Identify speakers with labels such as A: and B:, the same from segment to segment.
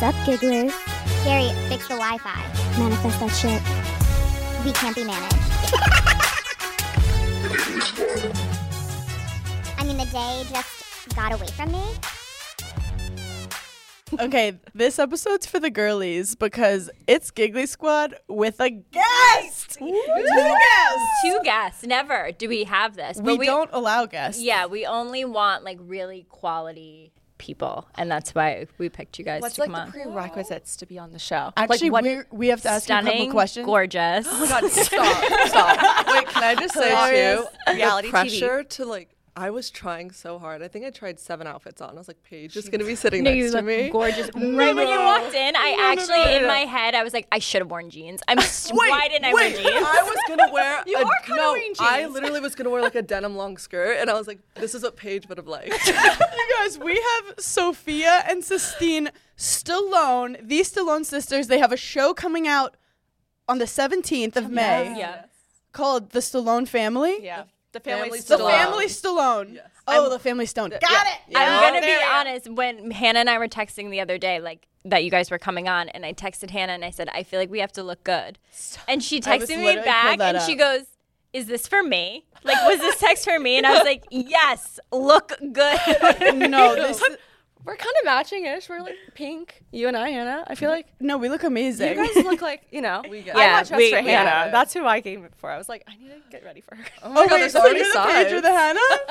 A: Sup, gigglers?
B: Harriet, fix the Wi-Fi.
A: Manifest that shit.
B: We can't be managed. I mean, the day just got away from me.
C: Okay, this episode's for the girlies because it's Giggly Squad with a guest. Two guests.
D: two guests. Never do we have this.
C: We, don't allow guests.
D: Yeah, we only want like really quality people, and that's why we picked you guys
E: What's
D: to
E: like
D: come
E: the
D: on.
E: prerequisites to be on the show?
C: Actually,
D: what-
C: we're, we have to ask you a
D: Stunning,
C: couple questions.
D: gorgeous.
E: Oh my god, stop, stop. Wait, can I just say
C: Hilarious.
E: too?
F: Reality
E: the
F: TV.
E: pressure to like I was trying so hard. I think I tried seven outfits on. I was like, Paige is gonna be sitting
D: No, you
E: next to
D: look
E: me.
D: gorgeous. Right when you walked in, I actually in my head I was like, I should have worn jeans. I'm s- why didn't I
E: wait,
D: wear jeans?
E: I was gonna wear
F: You
E: a,
F: are kinda
E: no,
F: wearing
E: I
F: jeans.
E: literally was gonna wear like a denim long skirt and I was like, this is what Paige would have liked.
C: You guys, we have Sophia and Sistine Stallone, these Stallone sisters. They have a show coming out on the 17th of May
D: yeah.
C: called The Stallone Family.
E: yeah. The
F: family
C: The
F: Stallone.
C: Family Stallone. Oh, The Family Stone. Got it.
D: I'm gonna be honest. When Hannah and I were texting the other day, like that you guys were coming on, and I texted Hannah and I said, I feel like we have to look good. And she
C: I was
D: texted me
C: literally
D: back
C: pulled that
D: and she
C: up.
D: goes, Is this for me? Like, was this text for me? And I was like, Yes, look good.
C: No, this
E: We're kind of matching ish. We're like pink. You and I, Hannah. I feel like
C: no, we look amazing.
E: look like, you know, we get
D: Yeah,
E: yeah.
D: watch out we- for
E: yeah. Hannah.
G: That's who I came for. I was like, I need to get ready for her.
E: Oh my god,
C: Wait,
E: there's
C: so
E: already
C: you're the Paige or
E: sides.
C: the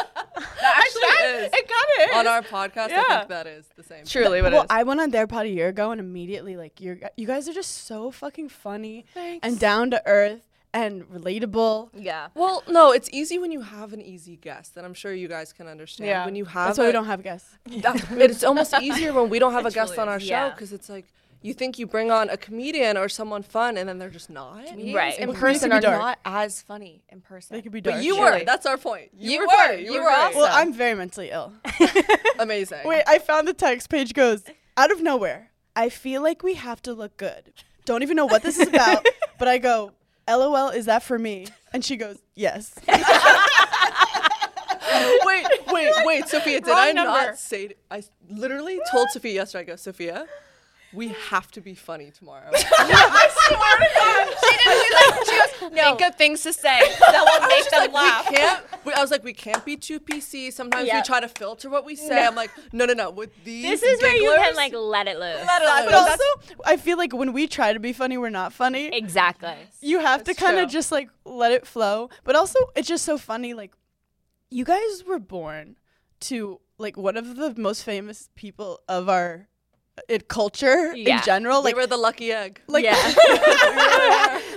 C: Hannah?
E: Actually, it is.
G: got
E: On our podcast, I
G: Yeah.
E: think that is the same.
G: Truly, what
C: well, I went on their pod a year ago and immediately like you you guys are just so fucking funny and down to earth and relatable.
D: yeah.
E: Well, no, it's easy when you have an easy guest, and I'm sure you guys can understand.
G: Yeah.
E: When you have,
C: That's why we
E: a-
C: don't have guests.
E: that- it's almost easier when we don't have a guest on our show
D: Yeah.
E: because it's like you think you bring on a comedian or someone fun, and then they're just not.
D: Right.
G: In
C: Well, you
G: person
C: could be
G: are
C: dark.
G: not as funny in person.
C: They could be dark.
E: But you were.
G: Truly.
E: That's our point. You,
G: You
E: were.
G: were.
E: funny.
G: You
E: were.
G: were
E: great.
G: awesome.
C: Well, I'm very mentally ill.
E: amazing.
C: Wait, I found the text page goes out of nowhere. I feel like we have to look good. Don't even know what this is about, but I go, "LOL, is that for me?" And she goes, "Yes."
E: wait, wait, wait, Sophia. Did
G: Wrong
E: I
G: number.
E: not say? I literally told Sophia yesterday. I go, Sophia, we have to be funny tomorrow.
G: no. Think of things to say that will make them laugh.
E: We can't. We, I was like, we can't be too PC. Sometimes we
D: Yeah.
E: try to filter what we say. I'm like, no, no, no. With these,
D: This is where you can
E: gigglers,
D: like let it loose.
C: but also, I feel like when we try to be funny, we're not funny.
D: Exactly.
C: you have to
E: That's
C: kind of
E: true.
C: just like let it flow. But also, it's just so funny. Like, you guys were born to like one of the most famous people of our uh, it, culture
D: Yeah.
C: in general.
E: we
C: Like,
E: were the lucky egg.
C: like,
D: yeah.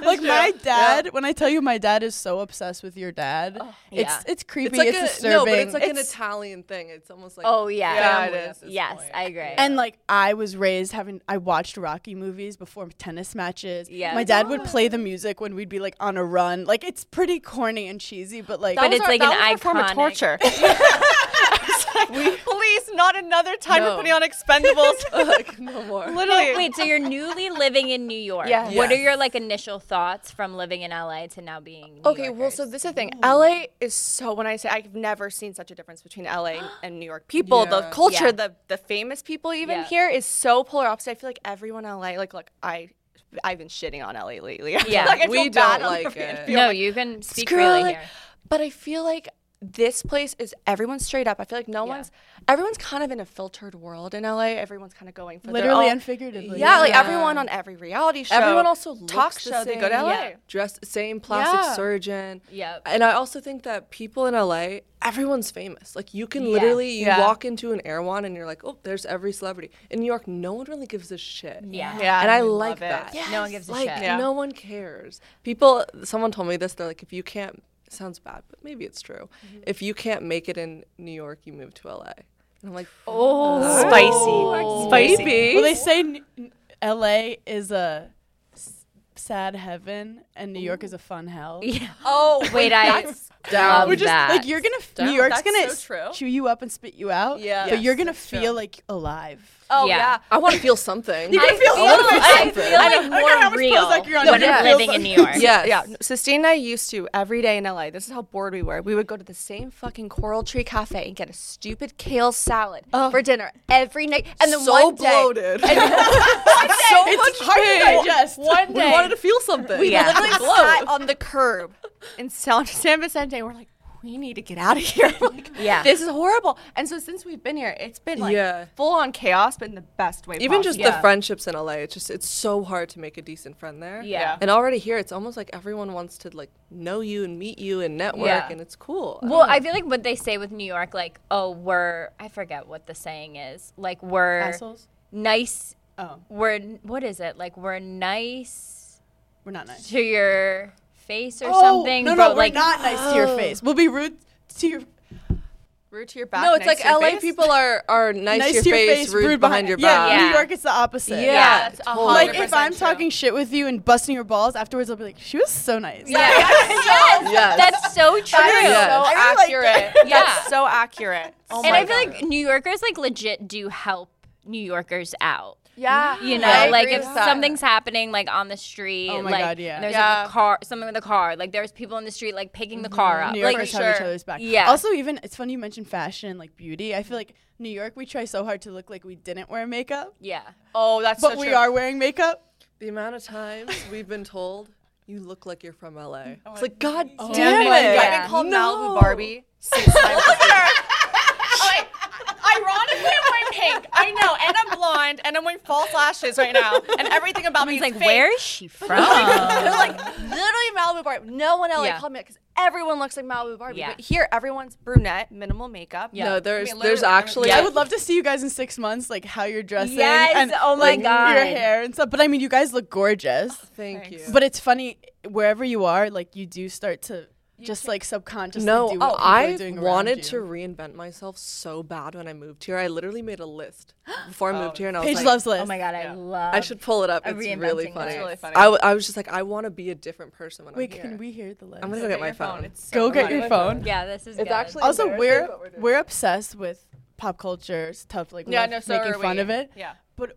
C: like my dad. When I tell you, my dad is so obsessed with your dad. it's
D: yeah.
C: it's creepy.
E: It's
C: It's,
E: like a
C: disturbing.
E: no, but it's like an Italian thing. It's almost like
D: Oh yeah.
E: Yeah, it is.
D: Yes, I agree.
C: and like I was raised having I watched Rocky movies before tennis matches.
D: Yeah.
C: My dad would play the music when we'd be like on a run. Like it's pretty corny and cheesy, but like
D: But
G: That was
D: it's like
G: that
D: an
G: was our form of
D: iconic-
G: torture. I was like, Please, not another time
E: No.
G: we're putting on Expendables.
E: like no more.
G: Literally,
D: Wait, so you're newly living in New York.
G: Yeah.
D: What are
E: Yes.
D: your like initial thoughts from living in LA to now being New
G: Okay, well,
D: Yorkers?
G: so this is the thing. LA is so. When I say I've never seen such a difference between LA and New York people,
E: Yeah.
G: the culture,
D: Yeah.
G: the the famous people even
D: Yeah.
G: here is so polar opposite. I feel like everyone in LA, like, look, I I've been shitting on LA lately.
D: Yeah.
G: like, I feel
E: we
G: bad
E: don't
G: on
E: like
G: everyone.
E: it.
D: No, you can speak
G: Screw
D: freely
G: LA.
D: here.
G: But I feel like this place is everyone's straight up. I feel like no one's everyone's kind of in a filtered world in LA. Everyone's kind of going for their
C: literally
G: own-
C: and figuratively.
G: Yeah, like
E: Yeah.
G: everyone on every reality show.
E: Everyone also looks
G: talk
E: the
G: show. They go to
E: same.
G: LA.
D: Yeah.
E: Dress same plastic
G: Yeah.
E: surgeon.
D: Yep.
E: And I also think that people in LA, everyone's famous. Like you can
D: Yeah.
E: literally you
G: Yeah.
E: walk into an Erewhon and you're like, oh, there's every celebrity. In New York, no one really gives a shit.
D: Yeah.
G: Yeah,
E: and I,
G: love
E: like
G: it.
E: that.
D: No one gives a
E: like
D: shit.
E: no one cares. People, someone told me this. They're like, if you can't sounds bad, but maybe it's true. If you can't make it in New York, you move to LA. And I'm like,
D: Oh,
C: Spicy.
E: Maybe.
C: Well, they say N- N- L.A. is a s- sad heaven and New York is a fun hell.
D: Yeah. Oh, wait, I love
C: We're just
D: that.
C: like you're gonna. f- New York's
G: That's
C: gonna
G: so true.
C: s- chew you up and spit you out.
E: Yeah.
C: But you're
E: Yes,
C: gonna
E: that's true.
C: feel like alive.
G: Oh
D: Yeah.
G: yeah.
E: I want to feel something.
D: I feel, I
C: I
D: feel like
C: don't- I don't know how
D: more
C: much
D: real
C: Prozac you're on,
D: when
C: but
D: I'm
C: it feels
D: living in New
C: like-
D: York.
E: Yes.
G: Yeah, no, Sistine and I used to every day in LA. This is how bored we were. We would go to the same fucking Coral Tree Cafe and get a stupid kale salad for dinner every night. And then
E: Oh. so
G: one day,
E: bloated.
G: so much
C: Hard to digest.
G: One
E: we
G: day,
E: wanted to feel something.
G: we
D: Yeah.
G: literally sat on the curb in San, San Vicente. and We're like, we need to get out of here. like,
D: Yeah.
G: this is horrible. And so since we've been here, it's been like
E: Yeah.
G: full on chaos, but in the best way.
E: Even
G: possible.
E: just the friendships in LA, it's just it's so hard to make a decent friend there.
D: Yeah.
E: And already here, it's almost like everyone wants to like know you and meet you and network,
D: Yeah.
E: and it's cool. I
D: Well,
E: don't know.
D: I feel like what they say with New York, like, oh, we're, I forget what the saying is. Like, we're
C: Assholes.
D: nice,
C: Oh,
D: we're, what is it? Like, we're nice
C: we're not nice.
D: to your face or
C: Oh,
D: something.
C: No,
D: but
C: no, we're
D: like,
C: not nice to your face. We'll be rude to your.
G: Rude to your back.
E: no, it's
G: next
E: like
G: to your
E: LA
G: face.
E: people are are nice,
C: Nice
E: to your, face, rude, behind, your back.
C: Yeah, New
D: Yeah.
C: York is the opposite.
E: Yeah,
G: that's a
E: totally.
G: hundred
C: Like if I'm talking shit with you and busting your balls afterwards, I'll be like, "She was so nice."
D: Yeah. yes.
E: Yes.
D: That's so true.
G: That is
E: Yeah.
G: so
C: I really like
G: accurate.
D: Yeah.
G: That's so accurate. Oh
D: and
G: my
D: I feel
G: God.
D: like New Yorkers, like, legit do help New Yorkers out.
G: yeah,
D: You know,
G: I
D: like
G: agree
D: if
G: with that.
D: something's happening, like on the street,
C: Oh my
D: like
C: God, yeah.
D: and there's
G: Yeah.
D: like a car, something with a car, like there's people in the street like picking the car
G: Mm-hmm.
D: up,
C: New
D: like
C: Yorkers have each other's back.
D: Yeah.
C: Also, even it's funny you mentioned fashion and like beauty. I feel like New York, we try so hard to look like we didn't wear makeup,
D: yeah,
G: oh, that's
C: but
G: so
C: we
G: true.
C: are wearing makeup.
E: The amount of times we've been told you look like you're from LA. It's like God
C: Oh
E: damn
C: my
E: it.
C: God.
G: I've been called
E: No.
G: Malibu Barbie six times. Ironically, I'm wearing pink. I know, and I'm blonde, and I'm wearing false lashes right now, and everything about me
D: It's
G: is
D: like
G: fake.
D: where is she from?
G: They're like literally Malibu Barbie. No one else
D: Yeah.
G: called me because everyone looks like Malibu Barbie.
D: Yeah.
G: But here, everyone's brunette, minimal makeup.
D: Yeah.
E: No,
D: I
E: there's
G: mean,
E: there's
G: literally-
E: actually
C: I would love to see you guys in six months, like how you're dressing
D: Yes,
C: and
D: oh my
C: like, your
D: God.
C: hair and stuff. But I mean, you guys look gorgeous.
E: thank you.
C: But it's funny wherever you are, like you do start to just like subconsciously.
E: No,
C: do what people are
E: I
C: doing around
E: wanted to
C: you.
E: reinvent myself so bad when I moved here. I literally made a list before I moved here, and I was
C: Paige
E: like,
C: loves list.
D: oh my god, I love.
E: I should pull it up.
D: a
E: It's really
D: reinventing
E: funny.
D: list.
G: really funny.
E: I, w- I was just like, I want to be a different person when
C: Wait,
E: I'm here.
C: can we hear the list?
E: I'm gonna go get my phone.
C: Go get your phone.
D: Yeah, this is.
E: It's
D: good.
E: actually
C: Also, we're
E: embarrassing, but doing
C: we're obsessed with pop culture stuff, like
G: Yeah,
C: love-
G: no, so
C: making
G: are
C: fun
G: we.
C: of it.
G: Yeah.
C: But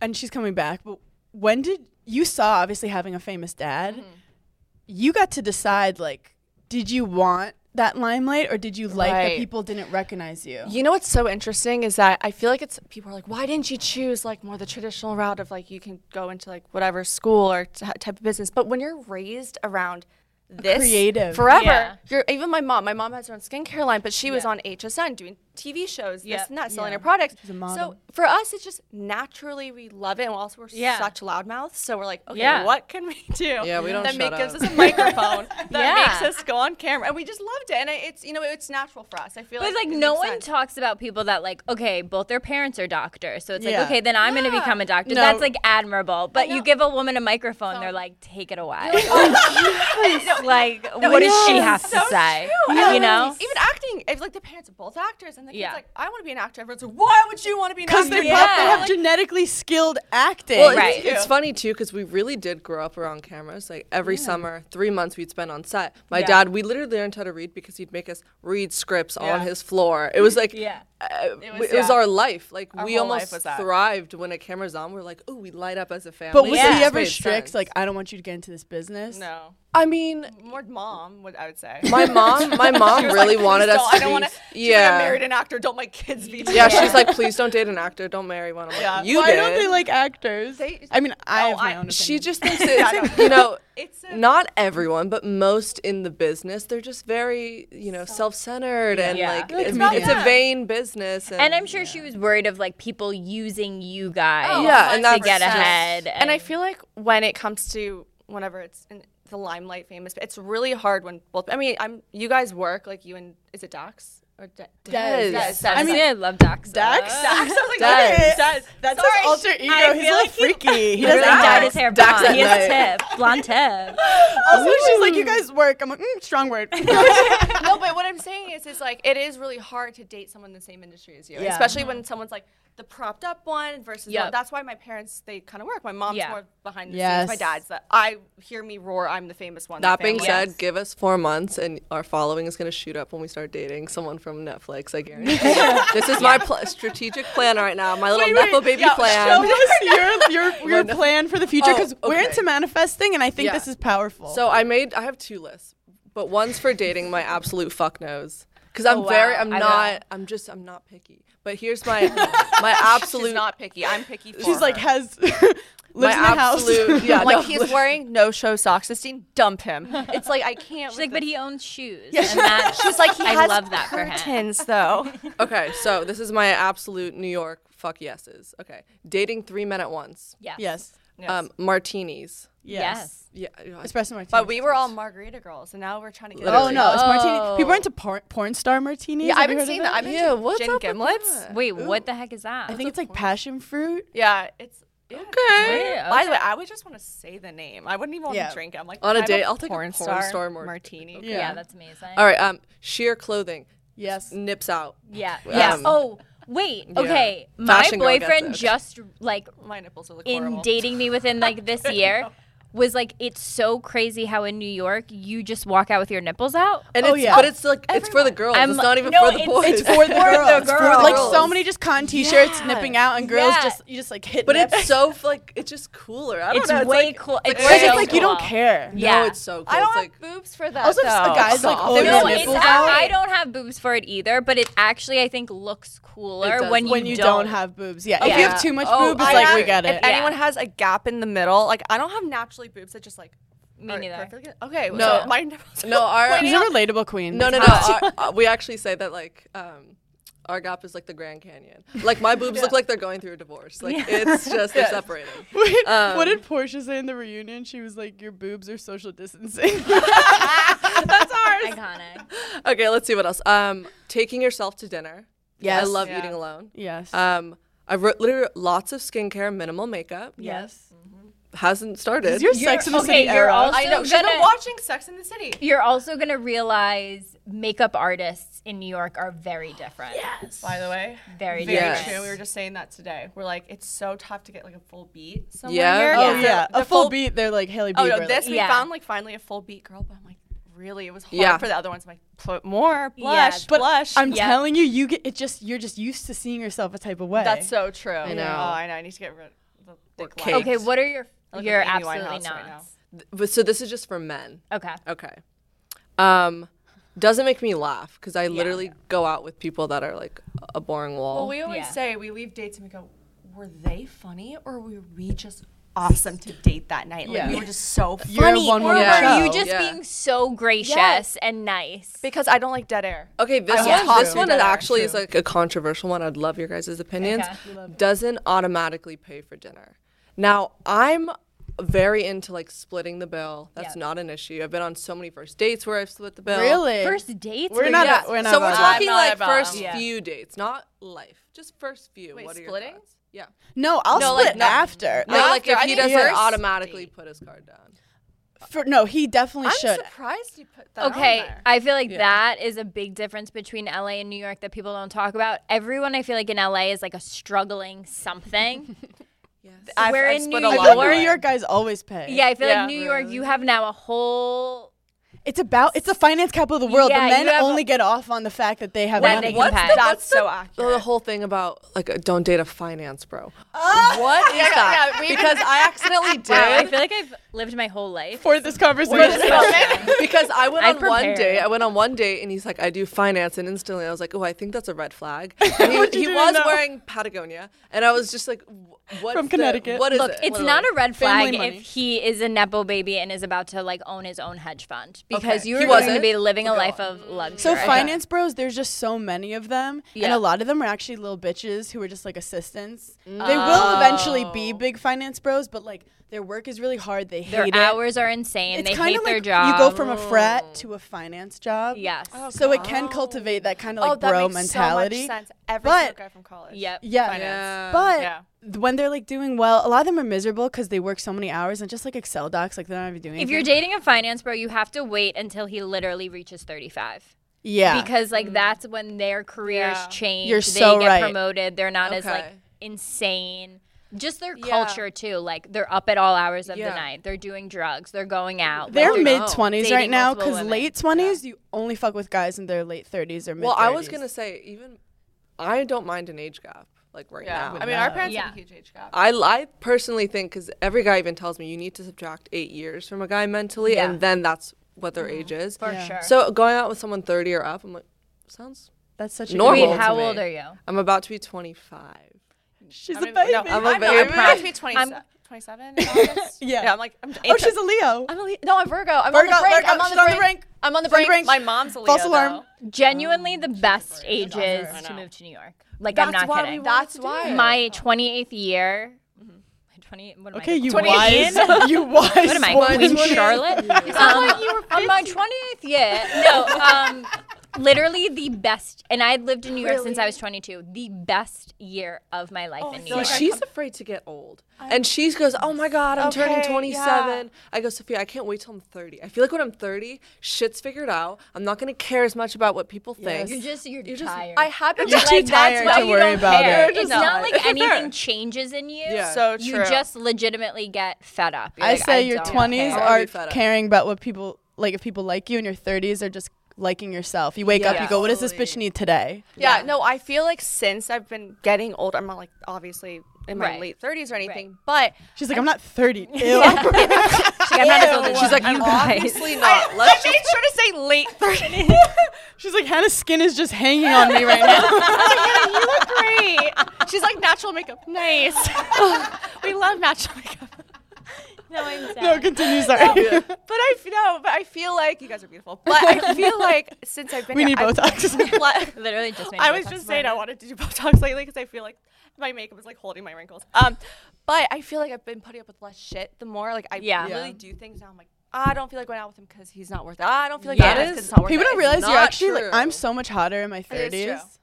C: and she's coming back. But when did you saw obviously having a famous dad? You got to decide like, did you want that limelight or did you like that
G: Right.
C: people didn't recognize you?
G: You know what's so interesting is that I feel like it's people are like, why didn't you choose like more the traditional route of like you can go into like whatever school or t- type of business? But when you're raised around this
C: creative.
G: forever,
D: Yeah.
G: you're even my mom. My mom has her own skincare line, but she was on HSN doing TV shows,
D: Yeah.
G: this and that, selling
C: Yeah.
G: her products.
C: She's a model.
G: So for us, it's just naturally we love it, and also we're
D: Yeah.
G: such loudmouths, so we're like, okay,
D: Yeah.
G: what can we do?
E: Yeah, we don't
G: That
E: shut
G: gives
E: up.
G: us a microphone that
D: Yeah.
G: makes us go on camera, and we just loved it. And I, it's you know it's natural for us. I feel
D: But
G: like
D: like
G: it
D: no
G: makes
D: one
G: sense.
D: talks about people that like okay, both their parents are doctors, so it's
C: Yeah.
D: like okay, then I'm gonna
G: Yeah.
D: become a doctor.
C: No.
D: That's like admirable. But
G: know.
D: you give a woman a microphone,
G: So- "Oh,
D: they're like, take it away. like, what does she have to say? You know?
G: Even acting, it's like the parents are both actors, and the kid's
D: Yeah.
G: like, I want to be an actor. Everyone's like, why would you want to be an actor?
C: Because they're
D: Yeah.
C: both- they have
D: Like-
C: genetically skilled acting.
E: Well,
D: Right.
E: it's, it's funny too because we really did grow up around cameras. Like every summer, three months we'd spend on set. My
D: Yeah.
E: dad, we literally learned how to read because he'd make us read scripts on his floor. It was like,
D: Yeah.
E: uh, it, was,
G: was- yeah.
E: our life. Like we
G: whole life
E: almost
G: was that.
E: thrived when a camera's on. We're like, oh, we light up as a family.
C: But was
E: It
C: he
E: just
C: ever
E: made
C: strict?
E: sense.
C: Like, I don't want you to get into this business.
G: No.
E: I mean,
G: More mom, would I would say.
E: my mom, my mom really wanted us.
G: do
E: to
G: I don't
E: be-
G: want to.
E: Yeah.
G: Yeah. married an actor. Don't my kids be.
E: yeah, she's like, please don't date an actor, don't marry one. I'm like,
G: Yeah.
E: you
C: Why
E: did.
C: don't they like actors? I mean, I have my own.
G: I-
C: Opinion.
E: She just thinks it's, you know,
G: It's a-
E: not everyone, but most in the business, they're just very, you know, self centered and
D: Yeah.
E: like,
D: You're
C: like
E: it's,
C: a comedian.
E: it's a vain business. And,
D: And I'm sure she was worried of like people using you guys
E: Yeah, and
D: to
E: that's
D: get
E: just-
D: ahead.
G: And I feel like when it comes to whenever it's in the limelight, famous, it's really hard when both. I mean, I'm you guys work like you and is it Dax or Da-
E: Des.
G: Des.
D: I
G: Des.
D: mean, I love Dax.
C: Dax?
G: Dax. I was
E: does.
D: does.
C: That's
D: Sorry,
C: his alter ego.
D: I
C: He's a
D: feel
C: little
D: like he-
C: freaky. He
D: He doesn't
C: doesn't
D: dye his hair blonde.
E: Dax at
D: He has
E: night.
D: tip, blonde tip.
C: Also, she's like, you guys work. I'm like, mm, strong word.
G: no, but what I'm saying is, is like it is really hard to date someone in the same industry as you,
C: Yeah.
G: especially when someone's like the propped up one versus
D: Yep.
G: the- that's why my parents they kind of work. My mom's
D: Yeah.
G: more behind the
C: Yes.
G: scenes. My dad's that I hear me roar. I'm the famous one. in
E: That
G: the
E: being
G: family.
E: said, give us four months and our following is going to shoot up when we start dating someone from Netflix, I guarantee. this is my pl- strategic plan right now, my little Nepo baby
C: yeah,
E: plan.
C: Show us your your, your plan for the future
E: Oh,
C: because we're
E: okay.
C: into manifesting, and I think
E: Yeah.
C: this is powerful.
E: So I made I have two lists, but one's for dating my absolute fuck no's because I'm very I'm not I'm just I'm not picky. But here's my my absolute
G: she's not picky. I'm picky. For
C: she's like
G: her.
C: has lives
E: my
C: in the house.
E: absolute yeah
G: I'm like
E: no,
G: he is wearing no show socks. This scene, dump him. It's like I can't.
D: She's
G: with
D: like, but
G: this.
D: he owns shoes. And that,
G: She's like he
D: I
G: has
D: love that for him.
G: curtains though.
E: okay. So this is my absolute New York fuck yeses. Okay, dating three men at once.
D: Yes.
C: Yes.
E: Um, martinis.
D: Yes.
E: Yeah, you know, I-
C: Espresso martini.
G: But we were all margarita girls, and now we're trying to get.
C: Oh
E: Literally.
C: no, it's martini. People
D: Oh.
C: are into porn, porn star martinis.
G: Yeah, I
C: Have you
G: haven't
C: heard of
G: seen
C: that?
G: that. I've been
E: Yeah,
G: to
E: what's
G: gin
E: up with
G: gimlets.
D: Wait, what the heck is that?
C: I think it's like passion fruit.
G: Yeah, it's yeah.
E: Okay.
D: Wait,
G: By the way, I would just want to say the name. I wouldn't even want
C: Yeah.
G: to drink it. I'm like
E: On a
G: I'm
E: date, I'll take a porn star mar-
G: martini.
D: Yeah,
C: Yeah.
D: that's amazing.
E: All right. Um, sheer clothing
C: Yes.
E: nips out.
D: Yeah. Yeah.
E: Um,
D: oh, wait. Okay. My
E: Fashion girl gets
D: boyfriend
E: it.
D: just like
G: My nipples are look
D: in
G: horrible.
D: dating me within like this year was like it's so crazy how in New York you just walk out with your nipples out.
E: And
C: Oh,
E: it's,
C: yeah.
E: But it's like it's for the girls.
D: I'm
E: it's
D: like-
E: not even
D: no,
E: for the
D: it's-
E: boys.
D: it's
C: for the girls.
E: It's for the
C: like so
E: girls.
C: many just con t-shirts
D: Yeah.
C: nipping out, and girls
D: Yeah.
C: just you just like hit.
E: But
C: nips.
E: it's so like it's just cooler. I don't
D: It's
E: know.
D: way
E: like,
D: cool- it's
C: Because
D: so
C: it's like you don't
D: cool.
C: care.
E: No,
D: Yeah.
E: it's so cool.
G: I don't
E: it's
G: have
E: like
G: boobs for that.
C: Also,
G: though.
C: just the guys like
E: Soft.
C: oh,
E: No,
C: your
D: it's,
C: nipples out.
D: I, I don't have boobs for it either, but it actually I think looks cooler
E: does.
D: when you
C: when you don't, have boobs. Yeah. If you
D: Yeah.
C: have too much
E: Oh,
C: boob, it's
E: I
C: like
E: have-
C: we get it.
G: If anyone has a gap in the middle, like I don't have naturally boobs that just like
D: Me
G: are
D: neither.
G: perfectly- Okay,
E: No.
G: so my nipples.
E: no our
C: She's a relatable queen.
E: no no no. our, uh, we actually say that like um, our gap is like the Grand Canyon. Like my boobs look like they're going through a divorce. Like it's just they're separating.
C: Wait, what
E: Um,
C: did Portia say in the reunion? She was like, "Your boobs are social distancing."
D: iconic.
E: Okay, let's see what else. Um, taking yourself to dinner.
C: Yes.
E: I love
G: Yeah.
E: eating alone.
C: yes.
E: Um, I wrote literally lots of skincare, minimal makeup.
C: yes.
E: hasn't started.
C: Is your Sex in the
D: okay,
C: City
D: you're
C: era?
D: also
G: I know. She's
D: gonna-
G: been watching Sex in the City.
D: You're also gonna realize makeup artists in New York are very different. Yes.
G: By the way,
D: Very,
G: very
E: Yes.
G: true. We were just saying that today. We're like, it's so tough to get like a full beat somewhere.
E: Yeah.
G: here.
C: Oh
D: Yeah.
C: yeah,
G: The-
C: a
G: the
C: full, beat. They're like Haley
G: Oh
C: Bieber.
G: no,
C: like-
G: this we
D: Yeah.
G: found like finally a full beat girl, but I'm like, really, it was hard
E: Yeah.
G: for the other ones. I'm like, put more
D: Yeah,
G: blush,
C: but
G: blush.
C: I'm
D: Yeah.
C: telling you, you get it. Just you're just used to seeing yourself a type of way.
G: That's so true. I
E: know.
G: Oh, I know. I need to get rid of the thick
E: cakes.
G: lines.
D: Okay, what are your
G: look
D: your
G: like Amy
D: absolutely
G: Winehouse right
D: not?
E: But so this is just for men.
D: okay.
E: Okay. Um, doesn't make me laugh because I literally go out with people that are like a boring wall.
G: Well, we always
D: Yeah.
G: say we leave dates and we go, were they funny or were we just awesome to date that night? Like
C: Yeah.
G: we were just so funny.
C: You're a one
D: Or
C: woman
E: Yeah.
C: show.
D: were you just
E: Yeah.
D: being so gracious
G: Yes.
D: and nice?
G: because I don't like dead air.
E: okay, this
G: Yeah.
E: one,
G: True.
E: this one
G: True.
E: is actually is like a controversial one. I'd love your guys' opinions.
D: Okay.
E: Doesn't automatically pay for dinner. Now I'm very into like splitting the bill. That's
D: Yeah.
E: not an issue. I've been on so many first dates where I've split the bill.
C: really
D: First dates?
C: We're
D: are
C: not.
E: Yeah.
C: we're not.
E: so
C: about
E: we're
C: that.
E: talking
G: I'm not
E: like
G: about
E: first
G: them. Yeah.
E: few dates, not life. Just first few.
G: Wait,
E: what are
G: splitting?
E: Your thoughts? yeah.
C: No, I'll
E: No,
C: split
E: like, not-
C: after.
E: No, like
G: After-
E: if
G: I
E: he
G: think
E: doesn't
G: first
E: automatically put his card down.
C: For, no, he definitely
G: I'm
C: should.
G: surprised you put that
D: Okay,
G: on there.
D: I feel like that is a big difference between LA and New York that people don't talk about. Everyone I feel like in LA is like a struggling something.
E: Yes.
G: I've-
D: we're
G: I've
D: in
G: split
D: New
G: a
C: I
G: lot
C: feel
G: of
C: like New
G: mine.
C: York guys always pay.
D: Yeah, I feel
G: Yeah.
D: like New York you have now a whole
C: It's about it's the finance capital of the world.
D: Yeah,
C: the
D: you
C: men
D: have a-
C: only get off on the fact that they have
D: That
C: nothing.
D: they can pay.
G: That's so
E: The,
G: accurate.
E: whole thing about like uh, don't date a finance bro. What is that?
G: yeah, we-
E: because I accidentally
D: Wow, I
E: did.
D: feel like I've lived my whole life.
C: for this conversation.
E: because I went
D: I
E: on one
D: prepared.
E: date. I went on one date and he's like, I do finance, and instantly I was like, oh, I think that's a red flag. And
C: What
E: he
C: you do
E: he was
C: now?
E: wearing Patagonia, and I was just like, wh- what's
C: From
E: the-
C: Connecticut.
E: What is
D: Look,
E: it?
D: it's
E: Literally.
D: not a red
C: Family
D: flag
C: money.
D: if he is a nepo baby and is about to like own his own hedge fund because because you
E: He
D: were going to
E: wasn't.
D: be living a life of luxury.
C: So finance bros, there's just so many of them, and
D: Yeah.
C: a lot of them are actually little bitches who are just like assistants.
D: Mm.
C: They
D: Oh.
C: will eventually be big finance bros, but like their work is really hard. They
D: Their
C: hate it.
D: hours are insane. they hate
C: kinda
D: their
C: like
D: job.
C: You go from a frat to a finance job.
D: yes.
C: So it can cultivate that kind of like
G: oh, that
C: bro
G: makes
C: mentality.
G: so much sense. Every
C: But-
G: single guy from college.
D: Yep.
C: Yeah.
G: Finance.
C: But
G: Yeah.
C: th- when they're like doing well, a lot of them are miserable because they work so many hours and just like Excel docs, like they're not even doing
D: If
C: anything.
D: you're dating a finance bro, you have to wait until he literally reaches 35.
C: yeah.
D: Because
E: Mm.
D: like that's when their careers
G: Yeah.
D: change.
C: You're
D: they
C: so
D: get
C: right.
D: promoted. They're not as like
E: Okay.
D: insane. Just their
G: Yeah.
D: culture too. Like they're up at all hours of
E: Yeah.
D: the night. They're doing drugs. They're going out.
C: they're
D: like,
C: mid twenties
D: dating
C: right now
D: multiple
C: because
D: women.
C: late twenties you only fuck with guys in their late thirties or mid.
E: Well, I was gonna say even I don't mind an age gap like right
G: Yeah.
E: now.
G: I mean, our parents
D: Yeah.
G: have a huge age gap.
E: I, I personally think because every guy even tells me you need to subtract eight years from a guy mentally, and then that's what their age is.
D: for sure.
E: So going out with someone thirty or up, I'm like, sounds.
C: that's such a
E: Normal.
D: Wait,
C: Good
E: to
D: how
E: me.
D: old are you?
E: I'm about to be 25.
C: She's
G: I
C: a
G: don't
C: baby.
G: even- No,
E: I'm
G: I'm
E: a
G: a
E: baby.
G: baby. I'm
D: I'm-
G: 27. 27 in August.
C: Yeah.
G: yeah. I'm like, I'm
C: oh, she's a Leo.
G: I'm a Leo. No, I'm Virgo. I'm
C: Virgo,
G: on the brink.
C: Virgo,
G: I'm on
C: she's
G: the
C: on the
G: brink.
C: brink.
G: I'm on the
C: She's on the brink.
G: brink. My mom's a Leo.
C: False alarm.
G: though.
D: Genuinely
E: Um,
D: the best ages to move to New York. Like I'm not
E: why we
D: kidding.
E: wanted
G: That's
E: to Mm-hmm. do
G: why.
E: it.
D: my 28th year. My 20. What am I?
C: Okay, you
D: 28th
C: wise. you wise.
D: What am I,
C: woman.
D: Queen Charlotte? Um, on my 28th year, no, um, literally the best, and I had lived in New York since I was 22, the best year of my
C: Oh,
D: life in New York.
E: she's afraid to get old, and she goes, "Oh my God, I'm turning
G: Okay,
E: 27." I go, Sophia, I can't wait till I'm 30. I feel like when I'm 30, shit's figured out. I'm not gonna care as much about what people think.
D: You're just, you're,
E: just-
D: tired.
G: I had been
C: You're too
D: Like,
C: tired
D: why
C: to
D: you
C: worry
D: don't
C: about
D: care.
C: it.
D: It's
G: No,
D: not
G: it's
D: like
G: fair.
D: anything changes in you.
E: Yeah.
G: So
D: you
G: true.
D: just legitimately get fed up. You're
C: I
D: like,
C: say your
D: don't
C: twenties
D: care.
E: I'll be
C: are
E: fed up.
C: caring about what people like. If people like you, and your thirties are just liking yourself. You wake up,
E: Yeah.
C: you go, "What does this bitch need today?"
G: Yeah, no, I feel like since I've been getting older, I'm not like obviously in my
D: Right.
G: late 30s or anything, but
C: She's like, "I'm not 30." Ew.
D: She's like, I'm not as old as
E: She's like,
D: you
E: "I'm
D: guys.
E: obviously not. Let's
G: I
E: just
G: made sure to say late 30s.
C: She's like, "Hannah's skin is just hanging on me right now."
G: you look great. She's like natural makeup. Nice. we love natural makeup.
D: No, I'm sad.
C: no, continue. Sorry.
G: But I f- no, but I feel like you guys are beautiful. But I feel like since I've been
C: We
G: here,
C: need
G: I've-
C: Botox.
G: Like,
D: Literally just made
G: I was
D: Botox
G: just saying I
D: tomorrow.
G: wanted to do Botox lately because I feel like my makeup is like holding my wrinkles. Um, but I feel like I've been putting up with less shit. The more like I
D: Yeah.
G: really
D: Yeah.
G: do things now, I'm like "Ah, I don't feel like going out with him because he's not worth it. Ah, I don't feel like
D: Yeah.
G: yeah.
D: That
G: that
E: is-
G: is not worth
C: People
G: it.
C: don't realize
E: not
C: you're actually like
E: true.
C: I'm so much hotter in my
G: It is true.
C: 30s.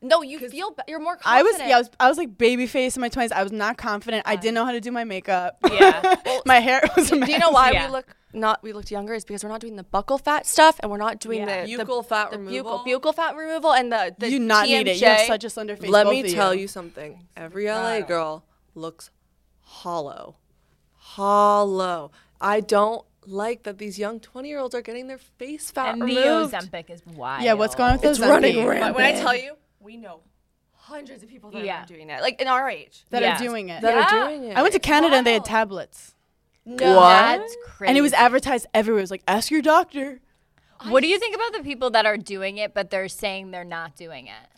G: No, you feel be- you're more
C: I was
G: confident.
C: yeah, I was, I was like baby face in my 20s. I was not confident. I didn't know how to do my makeup.
D: Yeah.
C: my hair was a mess.
G: do you know why
D: Yeah.
G: we look not we looked younger is because we're not doing the buckle fat stuff and we're not doing
D: Yeah.
G: the
E: Buccal
G: the,
E: fat
G: the
E: removal?
G: buccal, buccal fat removal and the, the
C: you not need it. You have
G: TMJ.
C: such a slender face.
E: Let
C: both
E: me
C: of
E: tell you something. Every LA girl looks hollow. Hollow. I don't like that these young 20 year olds are getting their face fat
D: And the
E: removed.
D: Ozempic is wild.
C: Yeah, what's going on with those?
E: It's running
C: Ozempic
E: rampant.
G: But when I tell you, we know hundreds of people that
D: Yeah.
G: are doing it, like in our age.
C: that
D: Yeah.
C: are doing it.
E: That
G: Yeah.
E: are doing it.
C: I went to Canada and they had tablets.
G: No,
D: That's crazy.
C: And it was advertised everywhere. It was like, ask your doctor.
D: What do you think about the people that are doing it, but they're saying they're not doing it?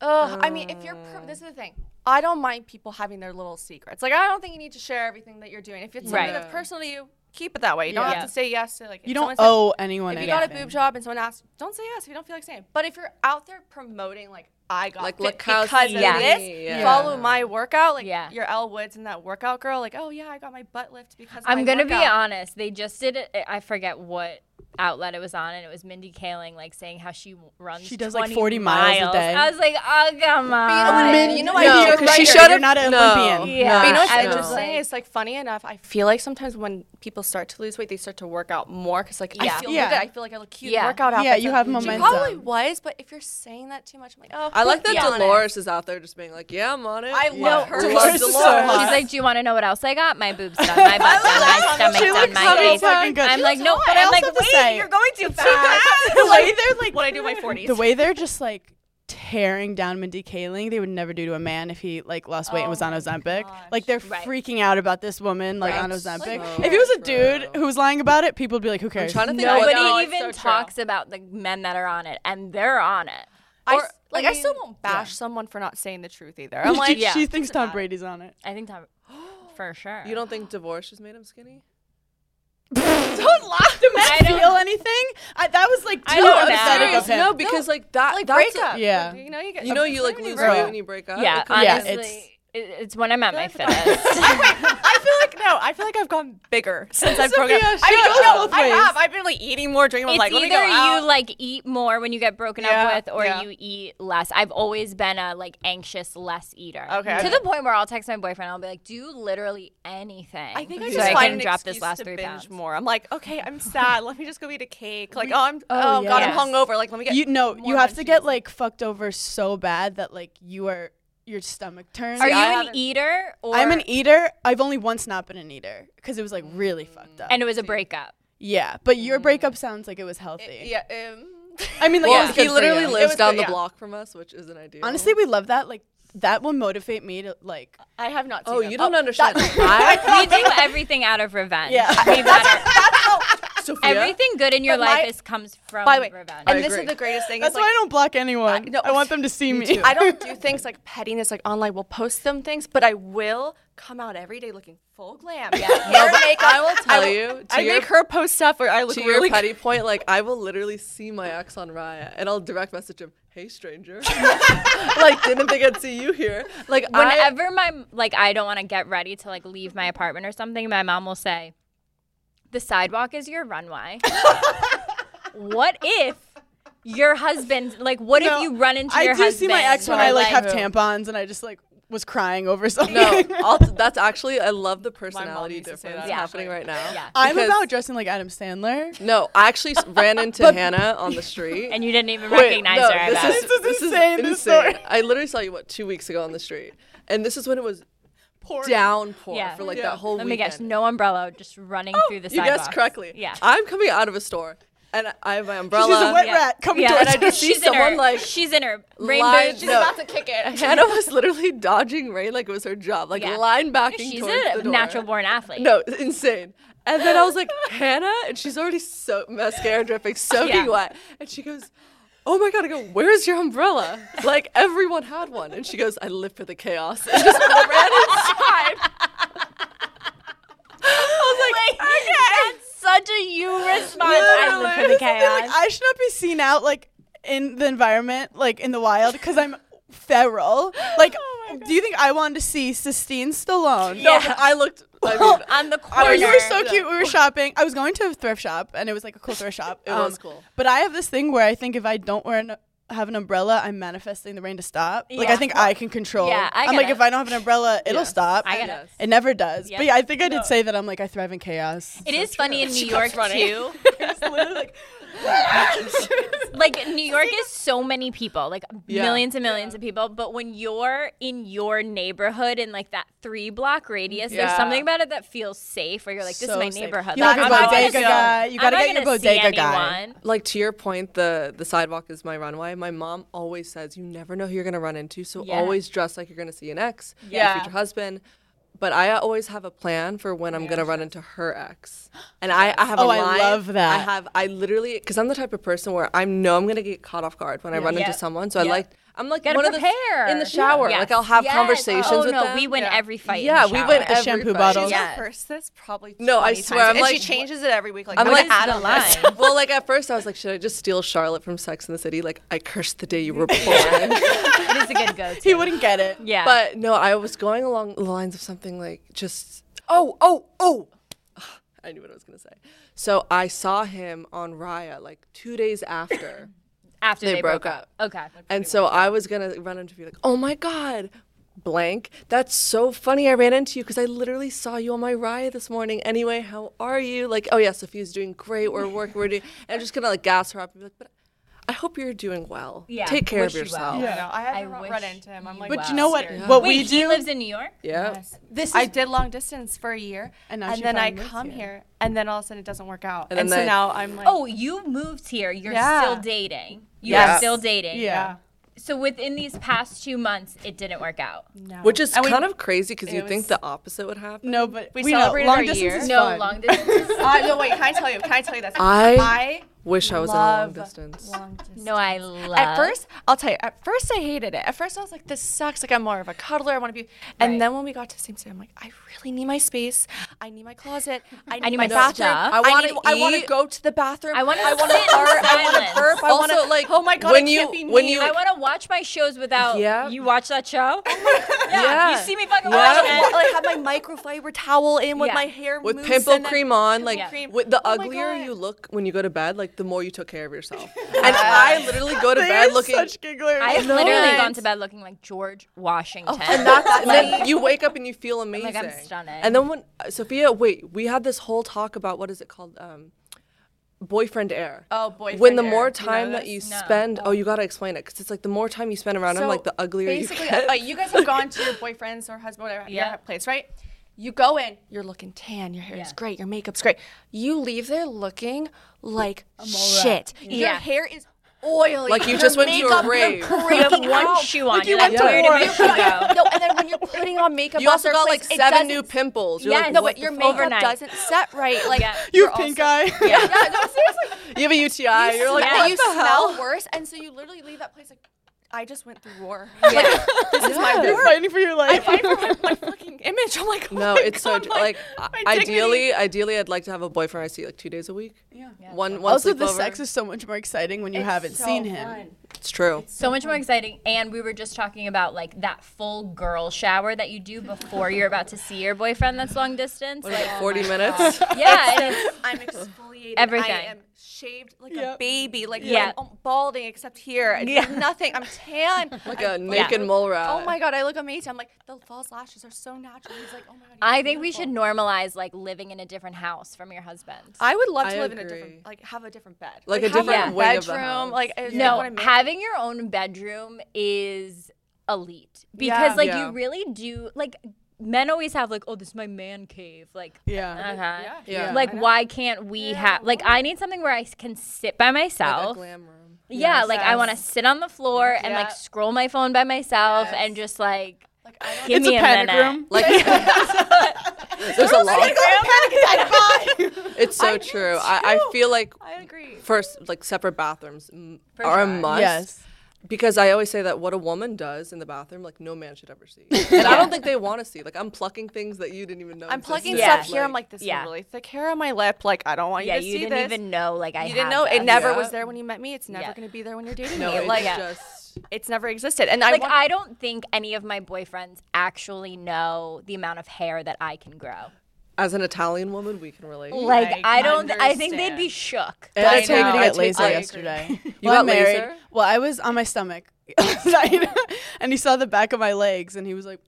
G: Ugh, I mean, if you're, per- this is
D: Uh.
G: the thing. I don't mind people having their little secrets. Like, I don't think you need to share everything that you're doing. If it's something
D: Right.
G: that's personal to you, keep it that way. You don't
D: Yeah.
G: have to say yes to like. if
C: You don't
G: someone said-
C: owe anyone
G: If you
C: anything.
G: got a boob job and someone asks, don't say yes if you don't feel like saying. it. But if you're out there promoting like I got
E: Like,
G: like
E: look
G: fit
E: how
G: because of
D: skinny,
G: this,
E: yeah.
G: follow my workout, like
D: Yeah.
G: your Elle Woods and that workout girl, like oh yeah, I got my butt lift because of
D: I'm
G: my
D: gonna be
G: workout."
D: honest. They just did it. I forget what outlet it was on, and it was Mindy Kaling like saying how she runs.
C: She does, like,
D: 20
C: 40 miles a day.
D: I was like, oh come on.
G: Mindy- you know what?
E: No,
G: You're
E: because she
G: right.
E: showed
C: You're
E: up.
C: not an
E: no,
C: Olympian.
D: Yeah.
E: no,
G: But you know what's
D: I
E: no.
D: was
G: interesting?
D: like-
G: It's like funny enough, I feel like sometimes when people start to lose weight, they start to work out more because like
D: Yeah.
G: I feel
C: Yeah.
G: good. I feel like I look cute. in
D: Yeah.
G: Workout outfits.
C: Yeah, you
G: and
C: have
G: She
C: momentum.
G: probably was, but if you're saying that too much, I'm like, oh.
E: I like that
D: Yeah.
E: Dolores is out there just being like, yeah, I'm on it.
G: I love her.
E: Love
C: Dolores
E: Dolores.
C: is so hot.
D: She's like, do you want to know what else I got? My boobs done, my butt done, my stomach done, my
C: so
D: face.
C: fucking good.
D: I'm
C: She
D: like,
C: looks
D: no,
C: hot.
D: but
C: I
D: I'm
C: also
D: like,
C: have to
D: wait,
C: say-
D: you're going too fast.
C: the way they're like
G: when I do my 40s.
C: the way they're just like tearing down Mindy Kaling, they would never do to a man if he like lost weight and was on Ozempic. Like they're
D: Right.
C: freaking out about this woman like on
E: That's
C: Ozempic.
E: so
C: if it was a
E: true.
C: dude who was lying about it, people would be like, "Who cares?"
E: trying to think
D: Nobody
E: what-
G: know, it's
D: even
G: so true.
D: talks about the men that are on it, and they're on it.
G: I,
E: Or,
G: s- like, I,
E: I
G: still
E: mean,
G: won't bash someone for not saying the truth either.
C: She-
G: I'm like,
C: she,
D: yeah.
C: thinks Tom Brady's on it.
D: I think that for sure.
E: You don't think divorce just made him skinny?
C: Don't laugh. Do men feel anything? I, that was like
D: I
C: too
D: don't know.
C: upsetting
D: Serious,
C: of him.
E: No, because like that, like that's
G: breakup.
C: a- yeah.
G: You know, you, get,
E: you know, you like lose
C: break
E: weight
C: up.
E: when you break up.
D: yeah,
E: It could-
C: Yeah,
D: honestly,
C: it's-
D: it- it's when I'm at my fittest.
G: I feel like no. I feel like I've gone bigger since I've broken up.
C: Sophia,
G: I
C: she
G: mean,
C: goes
G: no,
C: both
G: I
C: ways.
G: have. I've been like eating more, drinking more.
D: it's
G: Like, let me go
D: either
G: out.
D: you like eat more when you get broken
G: Yeah,
D: up with or
G: yeah.
D: you eat less i've always been a like anxious less eater
G: Okay.
D: to the point where i'll text my boyfriend i'll be like do literally anything
G: I think I
D: so
G: just
D: i
G: find
D: can
G: an
D: drop
G: excuse
D: this last
G: to
D: three
G: binge
D: pounds
G: more. I'm like, okay, I'm sad. Let me just go eat a cake. Like, oh, I'm oh,
C: yeah.
G: god, I'm
D: Yes.
G: hungover. Like, let me get
C: you know,
G: more
C: you have to get
G: munchies.
C: like fucked over so bad that like you are your stomach turns.
D: are
G: See, I
D: you an
G: haven't- e-"
D: eater or
C: I'm an eater. I've only once not been an eater because it was like really fucked up.
D: and it was a breakup
C: yeah, but your breakup sounds like it was healthy.
G: Yeah. Um,
C: I mean, like it
E: Well,
C: was good
E: he
C: for
E: literally
C: you. It
E: lives
C: was
E: down
C: good,
E: the
C: yeah.
E: block from us, which isn't ideal.
C: Honestly, we love that. Like that will motivate me to like.
G: I have not. Seen
E: oh,
G: him.
E: you don't understand. I,
D: we do everything out of revenge
C: Yeah.
D: We've got it.
E: Sophia,
D: everything good in your
G: But
D: life
G: my-
D: is comes from
G: By the way,
D: revenge
G: and
E: I
G: this
E: agree.
G: is the greatest thing.
C: That's
G: is, like,
C: why I don't block anyone. I,
G: I- no,
C: want them to see me.
G: I don't do things like pettiness, like online. We'll post them things, but I will come out every day looking full glam. Yeah, hair, makeup.
E: I will tell you, to
G: I
E: your-
G: make her post stuff where I look
E: to
G: really
E: your petty point, like I will literally see my ex on Raya, and I'll direct message him, "Hey, stranger." like, didn't think I'd see you here. Like, I,
D: whenever my like I don't want to get ready to like leave my apartment or something, my mom will say, "The sidewalk is your runway." what if your husband like what
C: No,
D: if you run into
C: I
D: your
C: do
D: husband?
C: see my ex when
D: or,
C: I like have tampons and I just like was crying over something.
E: no, I'll, that's actually I love the personality
G: used to say
E: difference
G: that,
E: that's
D: Yeah.
E: happening right now.
D: Yeah.
C: I'm
E: because-
C: about dressing like Adam Sandler.
E: No, I actually s- ran into Hannah on the street.
D: and you didn't even
E: Wait,
D: recognize
E: no,
D: her. I bet.
E: This is,
C: This is insane, this story.
E: I literally saw you what two weeks ago on the street, and this is when it was downpour
D: Yeah.
E: for like
C: Yeah.
E: that whole
D: Let me
E: weekend. Oh,
D: guess, no umbrella, just running through the
E: you
D: sidewalk.
E: guessed correctly.
D: Yeah.
E: I'm coming out of a store, and I- I have my
C: She's
E: umbrella.
C: a wet
D: Yeah.
C: rat coming
D: yeah,
C: towards
E: I just see
D: she's in her,
E: someone, like,
D: she's in her rainbow.
E: line-
D: She's
E: no.
D: about-
G: about to kick it.
E: Hannah was literally dodging rain like it was her job, like
D: Yeah.
E: line backing
D: She's
E: towards the
D: a
E: door.
D: natural born athlete.
E: No, it's insane. And then I was like, Hannah, and she's already so mascara dripping, soaking
D: Yeah.
E: wet, and she goes. Oh my god! I go. Where's your umbrella? Like everyone had one, and she goes, "I live for the chaos." And just ran inside.
D: I was like, okay. That's such a you response. I live for
C: Literally.
D: the
C: It's something
D: chaos.
C: Like, I should not be seen out like in the environment, like in the wild, because I'm feral. Like,
D: Oh
C: do you think I wanted to see Sistine Stallone?
E: No, but I looked. I mean,
D: on the
C: Oh,
D: corner.
C: you were so cute. We were shopping. I was going to a thrift shop, and it was like a cool thrift shop. Um,
E: It was cool.
C: But I have this thing where I think if I don't wear an have an umbrella, I'm manifesting the rain to stop. Like I
D: Yeah.
C: think I can control.
D: Yeah, I
C: am like
D: gotta-
C: if I don't have an umbrella, it'll
E: Yes.
C: stop.
D: I gotta-
C: It never does.
D: Yep.
C: But yeah, I think I did say that I'm like I thrive in chaos.
D: It is funny in New York too. like New York is so many people, like millions and millions of people. But when you're in your neighborhood in like that three block radius, there's
G: Yeah.
D: something about it that feels safe. Where you're like, this
C: So
D: is my
C: safe.
D: neighborhood.
C: You
D: like,
C: have
D: I'm
C: your
D: not gonna
C: bodega
D: see-
C: guy. You
D: I'm
C: gotta
D: not
C: get your
D: gonna see
C: bodega guy.
D: anyone.
E: like to your point, the the sidewalk is my runway. My mom always says you never know who you're gonna run into, so
D: Yeah.
E: always dress like you're gonna see an ex,
G: Yeah.
E: your future husband. But I always have a plan for when I'm gonna run into her ex, and I, I have
C: Oh,
E: a
C: I
E: line.
C: love that.
E: I have I literally because I'm the type of person where I know I'm gonna get caught off guard when I run
D: Yeah.
E: into someone, so I
D: Yeah.
E: like I'm like
D: Gotta
E: one
D: prepare
E: of the in the shower,
D: Yes.
E: like I'll have
D: Yes.
E: conversations
D: Oh
E: with
D: no,
E: them.
D: we win
G: Yeah.
D: every fight. in
E: Yeah,
D: the
E: we
D: shower.
E: went
C: The
E: every
C: shampoo
E: fight.
C: bottle.
G: She's
C: Yeah.
G: gonna curse this probably.
E: No, I
G: 20
E: swear,
G: times,
E: I'm
G: and
E: like-
G: she changes it every week. Like
E: I'm
G: what
E: like,
G: is
E: add
G: the
E: a
G: list?
D: line.
E: well, like at first I was like, should I just steal Charlotte from Sex in the City? Like I cursed the day you were born.
D: It is a good go-to.
C: He wouldn't get it.
D: Yeah,
E: But no, I was going along the lines of something like just oh oh oh. I knew what I was gonna say. So I saw him on Raya like two days after,
D: after
E: they
D: they,
E: broke up.
D: Okay.
E: and so I was gonna run into you like, oh my god, blank. That's so funny. I ran into you because I literally saw you on my Raya this morning. Anyway, how are you? Like, oh yeah, Sophia's doing great. We're working. We're doing. And I'm just gonna like gas her up and be like, but I hope you're doing well.
D: Yeah,
E: Take care of
D: wish you well.
E: yourself.
G: I know. I haven't
D: I
G: run
D: wish-
G: into him. I'm like,
C: But
G: wow.
C: you know what?
G: Scary.
C: What
D: Wait,
C: we
D: he
C: do
D: lives in New York.
E: Yeah.
G: This I did long distance for a year,
C: And
G: and,
C: now she
G: then I
C: finally lives
G: come
C: here.
G: here. and then all of a sudden it doesn't work out,
E: And
G: and,
E: then
G: so
E: they-
G: now I'm like,
D: Oh, you moved here. You're
G: Yeah.
D: still dating. You're
E: Yes.
D: still dating.
C: Yeah.
D: So within these past two months, it didn't work out.
G: no.
E: Which is
G: And we-
E: kind of crazy because you
G: it
E: think
G: was-
E: the opposite would happen.
C: No, but
G: We
C: know,
G: celebrated
C: long
G: our
C: distance
G: year.
C: is
D: No
C: fun.
D: long distance.
G: Uh, no, wait. Can I tell you? Can I tell you this?
E: I-
G: I
E: Wish I was in a long
G: Love
E: distance.
G: long distance.
D: No, I love.
G: At first, I'll tell you. At first, I hated it. At first, I was like, "This sucks." Like, I'm more of a cuddler. I want to be. And
D: Right.
G: then when we got to the same city, I'm like, "I really need my space. I need my closet. I need,
D: need
G: my,
D: my
G: bathroom.
D: stuff.
G: I
E: I
G: want
E: wanna
G: to. I want to
E: eat.
G: go to the bathroom.
D: I wanna
G: I want to
D: sit in
G: fart. I want
D: silence.
G: to burp. I want
E: Also,
G: to
E: like,
G: Oh my god!
E: when
G: I can't
E: you-
G: be
E: when
G: me.
E: you-
D: I want to watch my shows without.
E: Yeah.
D: You watch that show? yeah, You
E: Yeah.
D: see me fucking
G: I
D: watching
G: wanna,
D: it.
G: like have my microfiber towel in with
D: Yeah.
G: my hair
E: With
G: mousse
E: pimple
G: and then-
E: cream on, like
G: cream.
E: with the
G: Oh my
E: uglier
G: God.
E: you look when you go to bed, like the more you took care of yourself. and I literally go to
C: They
E: bed
C: are
E: looking.
C: such gigglers.
D: I have literally gone to bed looking like George Washington.
E: and that's and then you wake up and you feel amazing.
D: like, I'm stunning.
E: And then when uh, Sophia, wait, we had this whole talk about what is it called? Um, boyfriend air.
G: Oh, boyfriend
E: When the
G: air.
E: more
G: You know
E: time that
G: this?
E: you spend, oh, you gotta explain it because it's like the more time you spend around him, like the uglier
G: basically,
E: you get.
G: uh, you guys have gone to your boyfriend's or husband, whatever,
D: Yeah.
G: your place, right? You go in, you're looking tan, your hair is great, your makeup's great. You leave there looking like shit. Your
D: Yeah.
G: hair is oily.
E: Like you
G: your
E: just went to a
G: makeup, you're
E: rave. You
D: you have
G: breaking
D: one
G: out.
D: shoe on.
G: Like,
D: you're
G: you
D: like,
G: went to
D: where
G: war.
D: did my shoe go?
G: No, and then when you're putting on makeup,
E: You
G: off
E: also
G: their
E: got like
G: place, it
E: seven
G: doesn't-
E: new pimples. You're
D: Yes.
E: like,
G: No,
E: what
G: but your
E: the
G: makeup
E: fuck?
D: Overnight.
G: doesn't set right. Like
D: Yeah.
C: you
G: you're
C: pink
G: also-
C: eye.
G: Yeah, yeah, no, seriously.
E: You have a UTI. You're like,
D: smell
G: that
E: what
G: you
E: the
G: smell
E: hell?
G: worse, and so you literally leave that place like, I just went through war.
D: Yeah.
G: This is my
C: You're fighting for your life.
G: fight for my, my fucking image. I'm like, oh
E: No,
G: my
E: it's
G: God,
E: so like,
G: my
E: I-
G: dignity.
E: ideally, ideally, I'd like to have a boyfriend I see like two days a week. Yeah. One, one
C: Also, the
E: sleepover.
C: sex is so much more exciting when you haven't seen him.
E: It's true.
D: So much more exciting. And we were just talking about like that full girl shower that you do before you're about to see your boyfriend that's long distance. Like,
E: Forty minutes.
D: yeah. and it's-
G: I'm exfoliated.
D: Everything.
G: I am shaved like a baby. Like
D: Yeah.
G: yeah. I'm balding except here. It's nothing. I'm tan.
E: like a naked
D: Yeah.
E: mole rat.
G: oh my god, I look amazing. I'm like the false lashes are so natural. He's like, oh my god. you're
D: I think we should
G: beautiful.
D: normalize like living in a different house from your husband.
G: I would love to
E: I
G: live in a
E: agree.
G: different, like have a different bed,
E: Like a
G: have
E: different
G: a
E: wing of the
G: bedroom.
E: house.
G: Like I- I
D: no,
G: wanna make-
D: having your own bedroom is elite because
G: Yeah.
D: like
E: Yeah.
D: you really do like men always have like oh this is my man cave like
C: Yeah.
D: uh-huh.
E: Yeah.
D: like why can't we have like I need something where I s- can sit by
E: Like a
D: myself.
E: glam room.
D: yeah, like I want to sit on the floor and like
G: Yeah.
D: scroll my phone by myself and just like
G: like, I don't
D: give
C: It's
D: me
C: a
D: a,
C: panic
D: minute.
C: room.
E: Like there's a lot. It's so true. I, I feel like
G: I agree.
E: first like separate bathrooms m- are a must.
C: Yes.
E: Because I always say that what a woman does in the bathroom, like no man should ever see. And I don't think they want to see. Like I'm plucking things that you didn't even know.
G: I'm plucking
D: Yeah.
G: stuff here. I'm like, this
D: Yeah.
G: is really thick hair on my lip. Like, I don't want
D: Yeah,
G: you to
D: you
G: see
D: didn't
G: this.
D: even know like I
G: you didn't
D: had
G: know. It
D: this.
G: never
E: Yeah.
G: was there when you met me. It's never
D: Yeah.
G: going to be there when you're dating
E: No,
G: me.
E: it's
G: like,
E: just
G: it's never existed. And I
D: Like
G: want-
D: I don't think any of my boyfriends actually know the amount of hair that I can grow.
E: as an Italian woman, we can relate.
D: Like I don't I think they'd be shook.
E: And
C: I
E: I
C: told you to
E: know, I
C: get
E: take-
C: laser
E: I-
C: yesterday. You
E: got laser?
C: Well, I was on my stomach last night, and he saw the back of my legs, and he was like,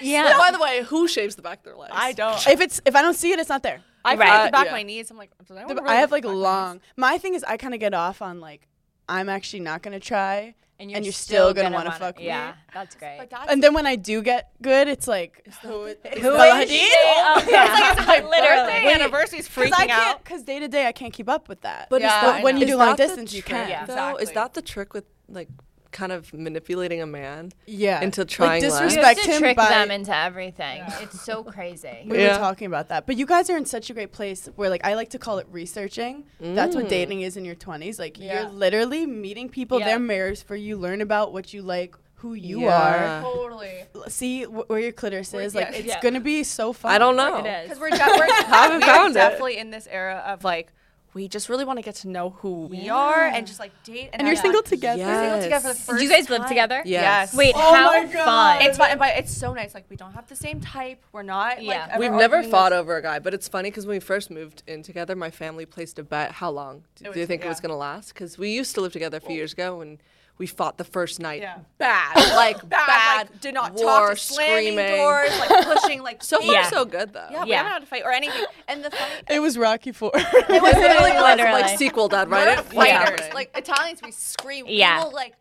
D: Yeah.
E: By the way, who shaves the back of their legs?
G: I don't.
C: "If it's if I don't see it, it's not there."
G: I
D: Right.
G: feel the back
E: Yeah.
G: of my knees. I'm like, did I,
C: The-
G: really
C: I have
G: look
C: like
G: back of my
C: long.
G: knees?
C: My thing is, I kind of get off on like, I'm actually not gonna try,
D: And
C: you're still gonna wanna
D: wanna-
C: fuck me.
D: Yeah, that's great.
G: But that's,
C: and then when I do get good, it's like, who,
D: Who is she? Oh, yeah. Literally.
G: birthday anniversary's
C: Because
G: freaking out.
C: because day to day I can't keep up with that.
E: But is
G: Yeah,
E: that-
G: I
C: when
G: know.
C: you
E: is
C: do long
E: that the
C: distance, you
E: trick,
C: can.
D: Yeah.
E: though? Is
G: Exactly.
E: that the trick with like kind of manipulating a man?
C: yeah
E: Into trying
C: like,
E: less. You have
C: disrespect
D: you have to
C: him
D: trick
C: by
D: them into everything. It's so crazy.
C: we
E: Yeah.
C: were talking about that but you guys are in such a great place where like i like to call it researching that's
E: Mm.
C: what dating is in your 20s like
D: Yeah.
C: you're literally meeting people
D: Yeah.
C: their mirrors for you learn about what you like who you
E: Yeah.
G: Totally.
C: are see wh- where your clitoris is like
G: yes.
C: it's
D: Yeah.
C: gonna be so fun
E: I don't know.
G: Because we're, de- we're,
E: Haven't
G: we
E: found
G: are
E: it.
G: definitely in this era of like, we just really want to get to know who we are and just like date. And,
C: and you're
G: have
C: single
G: fun.
C: together
G: We're single
E: Yes.
G: together for the
D: Do
G: first
D: you guys live
G: time.
D: together?
E: Yes.
D: Wait,
C: Oh
D: how
C: my God.
D: fun.
G: It's fun, but it's so nice. Like we don't have the same type. We're not.
D: Yeah.
G: Like, ever
E: We've never
G: arguing
E: fought
G: this-
E: over a guy, but it's funny because when we first moved in together, my family placed a bet. How long do, do you think it was gonna last? Because we used to live together a few years ago, and we fought the first night.
G: Yeah.
E: Bad, like
G: Bad,
E: bad,
G: like, did not
E: war,
G: talk. Just slamming
E: screaming.
G: doors, like pushing, like
E: So far,
D: Yeah.
E: so good though.
G: Yeah, we
D: Yeah.
G: haven't had a fight or anything. And the funny,
C: it was rocky for
G: it was literally
E: Like,
G: like,
D: Literally.
E: like sequel, Dad,
G: we're
E: right?
G: fighters. Like Italians, we scream.
D: Yeah.
G: We will, like,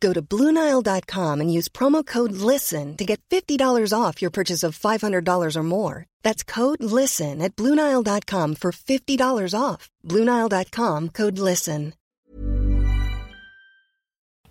F: Go to BlueNile.com and use promo code LISTEN to get $50 off your purchase of $500 or more. That's code LISTEN at BlueNile.com for $50 off. BlueNile.com code LISTEN.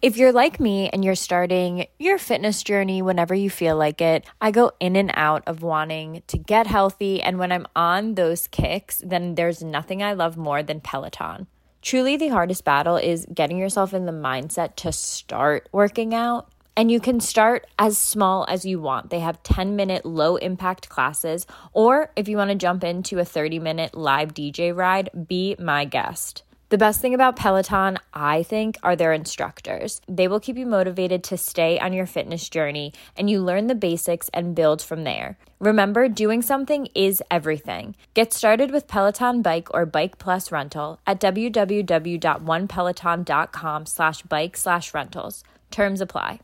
A: If you're like me and you're starting your fitness journey whenever you feel like it, I go in and out of wanting to get healthy. And when I'm on those kicks, then there's nothing I love more than Peloton. Truly, the hardest battle is getting yourself in the mindset to start working out. And you can start as small as you want. They have 10 minute low impact classes, or if you want to jump into a 30 minute live DJ ride, be my guest. The best thing about Peloton, I think, are their instructors. They will keep you motivated to stay on your fitness journey and you learn the basics and build from there. Remember, doing something is everything. Get started with Peloton Bike or Bike Plus Rental at www.onepeloton.com slash bike slash rentals. Terms apply.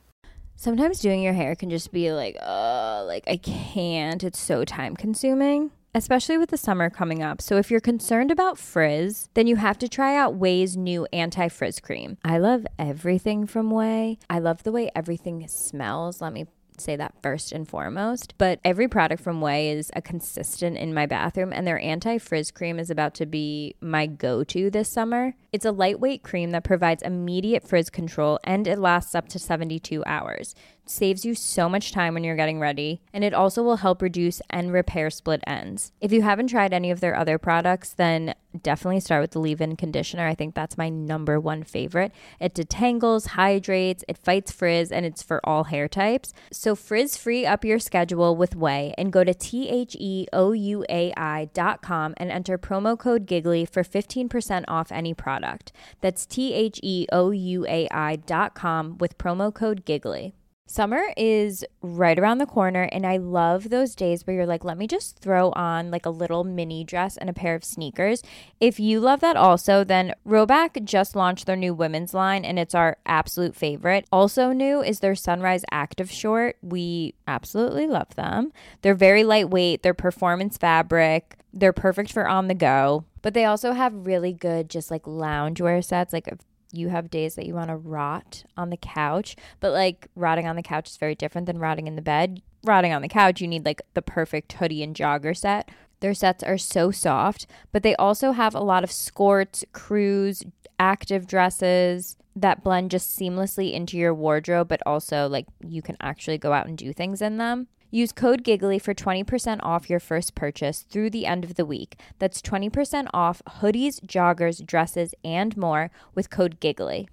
D: Sometimes doing your hair can just be like, oh, like I can't. It's so time consuming, especially with the summer coming up. So if you're concerned about frizz, then you have to try out Way's new anti frizz cream. I love everything from Way. I love the way everything smells. Let me say that first and foremost. But every product from Way is a consistent in my bathroom, and their anti frizz cream is about to be my go to this summer. It's a lightweight cream that provides immediate frizz control and it lasts up to 72 hours. It saves you so much time when you're getting ready, and it also will help reduce and repair split ends. If you haven't tried any of their other products, then definitely start with the leave in conditioner. I think that's my number one favorite. It detangles, hydrates, it fights frizz, and it's for all hair types. So frizz free up your schedule with Way and go to T H E O U A I dot com and enter promo code Giggly for 15% off any product. That's T H E O U A I dot com with promo code Giggly.
A: Summer is right around the corner, and I love those days where you're like, let me just throw on like a little mini dress and a pair of sneakers. If you love that also, then Roback just launched their new women's line, and it's our absolute favorite. Also, new is their Sunrise Active Short. We absolutely love them. They're very lightweight, they're performance fabric, they're perfect for on the go, but they also have really good, just like loungewear sets, like if you have days that you want to rot on the couch, but like rotting on the couch is very different than rotting in the bed. Rotting on the couch, you need like the perfect hoodie and jogger set. Their sets are so soft, but they also have a lot of skirts, crews, active dresses.
H: that blend just seamlessly into your wardrobe, but also like you can actually go out and do things in them. Use code Giggly for 20% off your first purchase through the end of the week. That's 20% off hoodies, joggers, dresses, and more with code Giggly.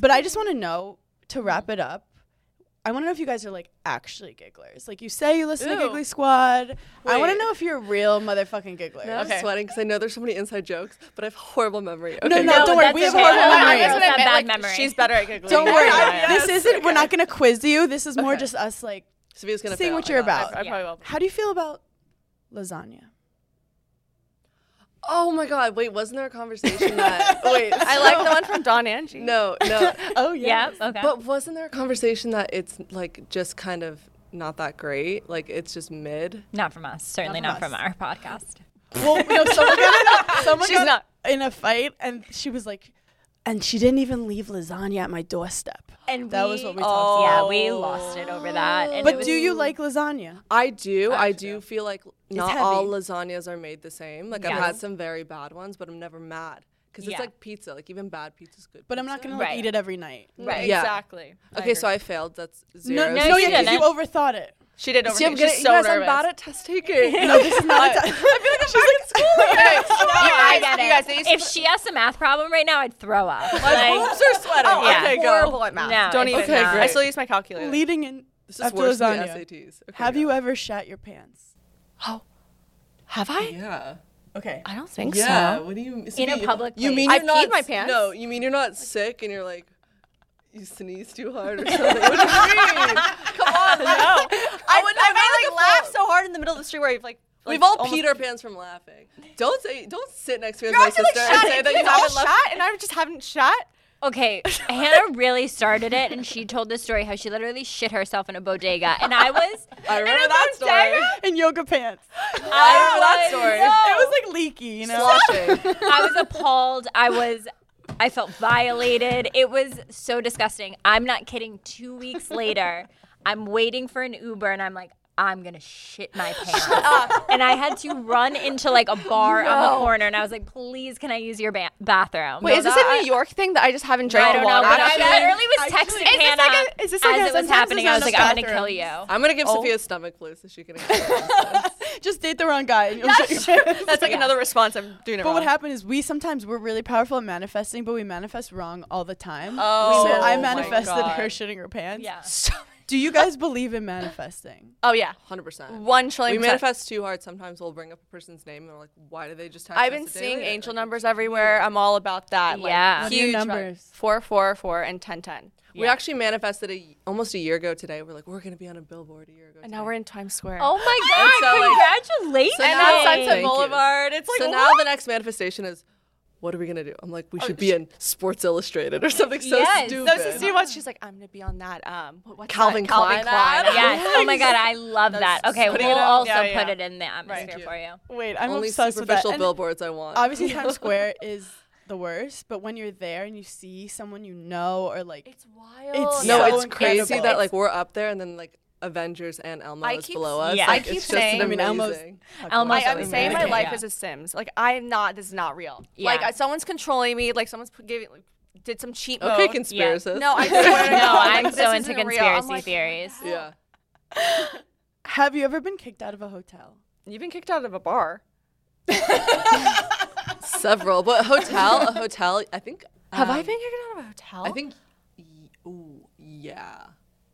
C: But I just want to know to wrap it up. I want to know if you guys are like actually gigglers. Like you say you listen to
G: Ooh.
C: Giggly Squad. I want to
E: Wait.
C: know if you're a real motherfucking giggler.
E: Now I'm sweating because I know there's so many inside jokes, but I have horrible memory.
C: No,
E: Okay,
C: no,
E: go.
C: don't worry. We have
D: that's
C: horrible
D: okay.
C: memories.
D: That's what
H: It's
D: I
H: not
D: meant,
H: bad
D: like,
H: memory.
G: She's better at giggling.
C: Don't
G: than
C: worry.
G: I am.
C: This isn't. We're not gonna quiz you. This is more just us like
E: Sophia's gonna
C: seeing
E: fail,
C: what
E: I
C: you're
E: got it.
C: about.
G: I probably will.
C: How do you feel about lasagna?
E: Oh my god! Wait, wasn't there a conversation that? wait,
G: I like the one from Don Angie.
E: no, no.
C: Oh
D: Yep. Okay.
E: But wasn't there a conversation that it's like just kind of not that great? Like it's just mid.
D: not from us. Certainly not from, our podcast.
C: Well, no, someone got, in a, someone
G: She's
C: got
G: not.
C: in a fight, and she was like, and she didn't even leave lasagna at my doorstep.
D: And
C: That was what we
D: oh,
C: talked
D: Yeah, we lost it over that. And it
C: But
D: was-
C: do you like lasagna?
E: I do. I do feel like not
C: heavy.
E: all lasagnas are made the same. Like I've
D: Yes.
E: had some very bad ones, but I'm never mad because
D: Yeah.
E: it's like pizza. Like even bad pizza's good.
C: But I'm not
E: pizza.
C: gonna like,
D: Right.
C: eat it every night.
D: Right.
E: Yeah.
G: Exactly.
E: Okay, so I failed. That's
C: No,
E: zero.
D: No,
C: no,
D: she
C: yeah, 'cause
D: didn't.
C: you overthought it.
G: She did over.
E: See, I'm getting,
G: She's
E: you
G: so
E: guys,
G: nervous.
E: I'm bad at test taking.
C: No, this is not. a time-
D: Yeah, I get
G: You
D: it.
G: guys, they used
D: if
G: to-
D: she has a math problem right now, I'd throw up.
G: My
D: Like,
G: boobs are sweating.
D: Oh, Yeah.
G: Okay, go.
D: horrible at math. No,
G: Don't
D: it's
G: even.
E: Okay,
G: I
E: great.
G: still use my calculator.
C: leading in
E: This is
C: after
E: worse than the
C: lasagna.
E: SATs. Okay,
C: Have
E: go.
C: you ever shat your pants?
G: oh, have I?
E: Yeah.
C: Okay.
G: I don't think
E: Yeah.
G: so.
E: What do you
D: In a public
E: You
D: place.
E: mean
G: I
E: you're not
G: peed my
E: s-
G: pants?
E: No, you mean you're not sick and you're like you sneeze too hard or something. What do you mean? Come on,
G: No, I would.
E: not
G: I
E: make a
G: would like laugh
E: phone.
G: so hard in the middle of the street where you've like. like,
E: We've all
G: almost-
E: peed our pants from laughing. Don't say, don't sit next to me as
G: You're
E: my
G: actually
E: sister
G: like
E: and
G: shot
E: say
G: it.
E: that you
G: You've all
E: haven't left.
G: shot, and I just haven't shot.
D: Okay, Hannah really started it, and she told the story how she literally shit herself in a bodega, and I was.
E: I remember that story.
C: In yoga pants.
D: I,
E: remember
D: was-
E: that
C: It was like leaky, you know.
E: Sloshing.
D: I was appalled. I was. I felt violated. It was so disgusting. I'm not kidding. Two weeks later, I'm waiting for an Uber, and I'm like. I'm gonna shit my pants, and I had to run into like a bar on the corner, and I was like, "Please, can I use your ba- bathroom?"
G: Wait, is this a New York thing that I just haven't drank
D: I don't know,
G: water?
D: but I
G: Actually-
D: literally was texting
G: is this
D: Hannah
G: like a- is this like a-
D: as it was
G: sometimes
D: happening.
G: it's
D: I was
G: not
D: like,
G: just
D: "I'm gonna kill you."
E: I'm gonna give
G: Oh.
E: Sophia a stomach flu so she can.
C: Just date the wrong guy. And you'll shit your pants.
G: That's like another response. I'm doing it
C: But
G: wrong.
C: what happened is we sometimes we're really powerful at manifesting, but we manifest wrong all the time.
G: Oh,
C: so I
G: my
C: manifested
G: God.
C: her shitting her pants.
D: Yeah.
C: Do you guys believe in manifesting?
G: Oh yeah,
E: Hundred percent.
G: one trillion.
E: We
G: percent.
E: manifest too hard. Sometimes we'll bring up a person's name and we're like, why do they just? text
G: I've
E: us
G: been
E: a day
G: seeing
E: later?
G: angel
E: Like,
G: numbers everywhere. I'm all about that. Like,
D: Yeah.
C: What are your
G: huge
C: numbers?
G: Four, four, four, and ten, ten.
E: We actually manifested a y almost a year ago today. We're like, we're gonna be on a billboard a year ago.
G: And
E: today."
G: now we're in Times Square.
D: Oh my
E: so,
D: god! Congratulations.
E: So
G: and
E: now-
G: on Sunset
E: Thank you.
G: Boulevard. It's like Oh,
E: so now the next manifestation is, what are we gonna do? I'm like, we should be in Sports Illustrated or something so
D: Yes,
E: stupid.
G: those is who was. She's like, I'm gonna be on that. Um, what- what's
E: Calvin
G: that?
E: Klein
G: Calvin Klein.
E: ad?
D: Yes. Oh my god! I love that. Okay,
E: putting
D: we'll
E: it out.
D: also
G: Yeah, yeah.
D: put it in the atmosphere for you.
C: Wait, I'm
E: Only
C: obsessed with that.
E: superficial
C: And
E: billboards I want.
C: Obviously, Times Square is the worst, but when you're there and you see someone you know or like,
G: It's wild.
C: It's
E: No,
C: so
E: it's crazy
C: incredible.
E: that like we're up there and then like Avengers and Elmo
G: I
E: is
G: keep-
E: below us.
D: yeah.
E: Like,
G: I keep
E: it's
G: saying-
E: just
G: I
C: mean, Elmo's-
E: amazing.
D: Elmo's
G: Like, I'm saying my
D: amazing.
G: life
D: Yeah.
G: is a Sims. Like I'm not. This is not real. Like
D: Yeah.
G: I, someone's controlling me. Like someone's p- giving. Like, did some cheat mode.
E: okay, conspiracists.
G: oh, No, I swear to
D: no,
G: God,
D: I'm
G: like,
D: so
G: this
D: into
G: isn't real. I'm
D: conspiracy
G: like,
D: theories.
E: yeah.
C: have you ever been kicked out of a hotel?
G: You've been kicked out of a bar.
E: Several, but hotel, a hotel. I think.
G: Have I
E: um,
G: been kicked out of a hotel?
E: I think. y- Ooh, yeah.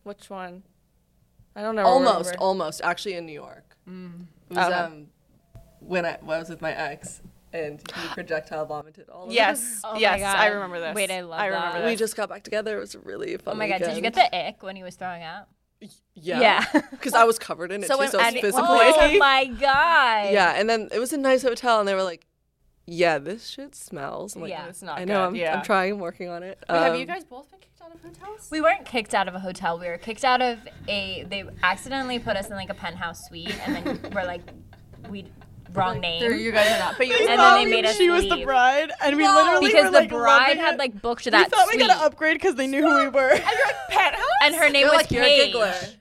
G: Which one? I don't know.
E: Almost,
G: remember.
E: almost. Actually, in New York.
G: Mm.
E: It was
G: Uh-huh.
E: um, when I, when I was with my ex, and he projectile vomited all. over
G: Yes.
D: Oh my
G: yes. I
D: God.
G: remember this.
D: Wait, I love
G: I remember
D: that.
E: us. We
G: this.
E: just got back together. It was really fun.
D: Oh my god! Did you get the ick when he was throwing up?
E: Yeah.
D: Yeah.
E: Because I was covered in it
G: So
E: too,
G: when
E: so I was
G: Andy-
E: physically.
D: Oh my god!
E: Yeah, and then it was a nice hotel, and they were like, "Yeah, this shit smells." I'm like,
D: Yeah.
G: It's not
E: I know.
G: good,
E: I'm,
G: yeah.
E: I'm trying. I'm working on it.
G: have you
E: Um,
G: guys both been kicked out of hotels?
D: We weren't kicked out of a hotel. We were kicked out of a. They accidentally put us in like a penthouse suite, and then we're like, we wrong name.
G: You guys are not. But you
D: and
C: thought
D: then they
C: we-
D: made us
C: She was the
D: leave.
C: bride, and we literally
D: because
C: were,
D: the
C: like,
D: bride
C: loving
D: had
C: it.
D: like booked
C: We
D: that
C: thought we
D: suite,
C: got to upgrade because they knew who we were.
G: penthouse.
D: and her name
E: They're
D: was
E: like, "You're a
D: Paige.
E: giggler."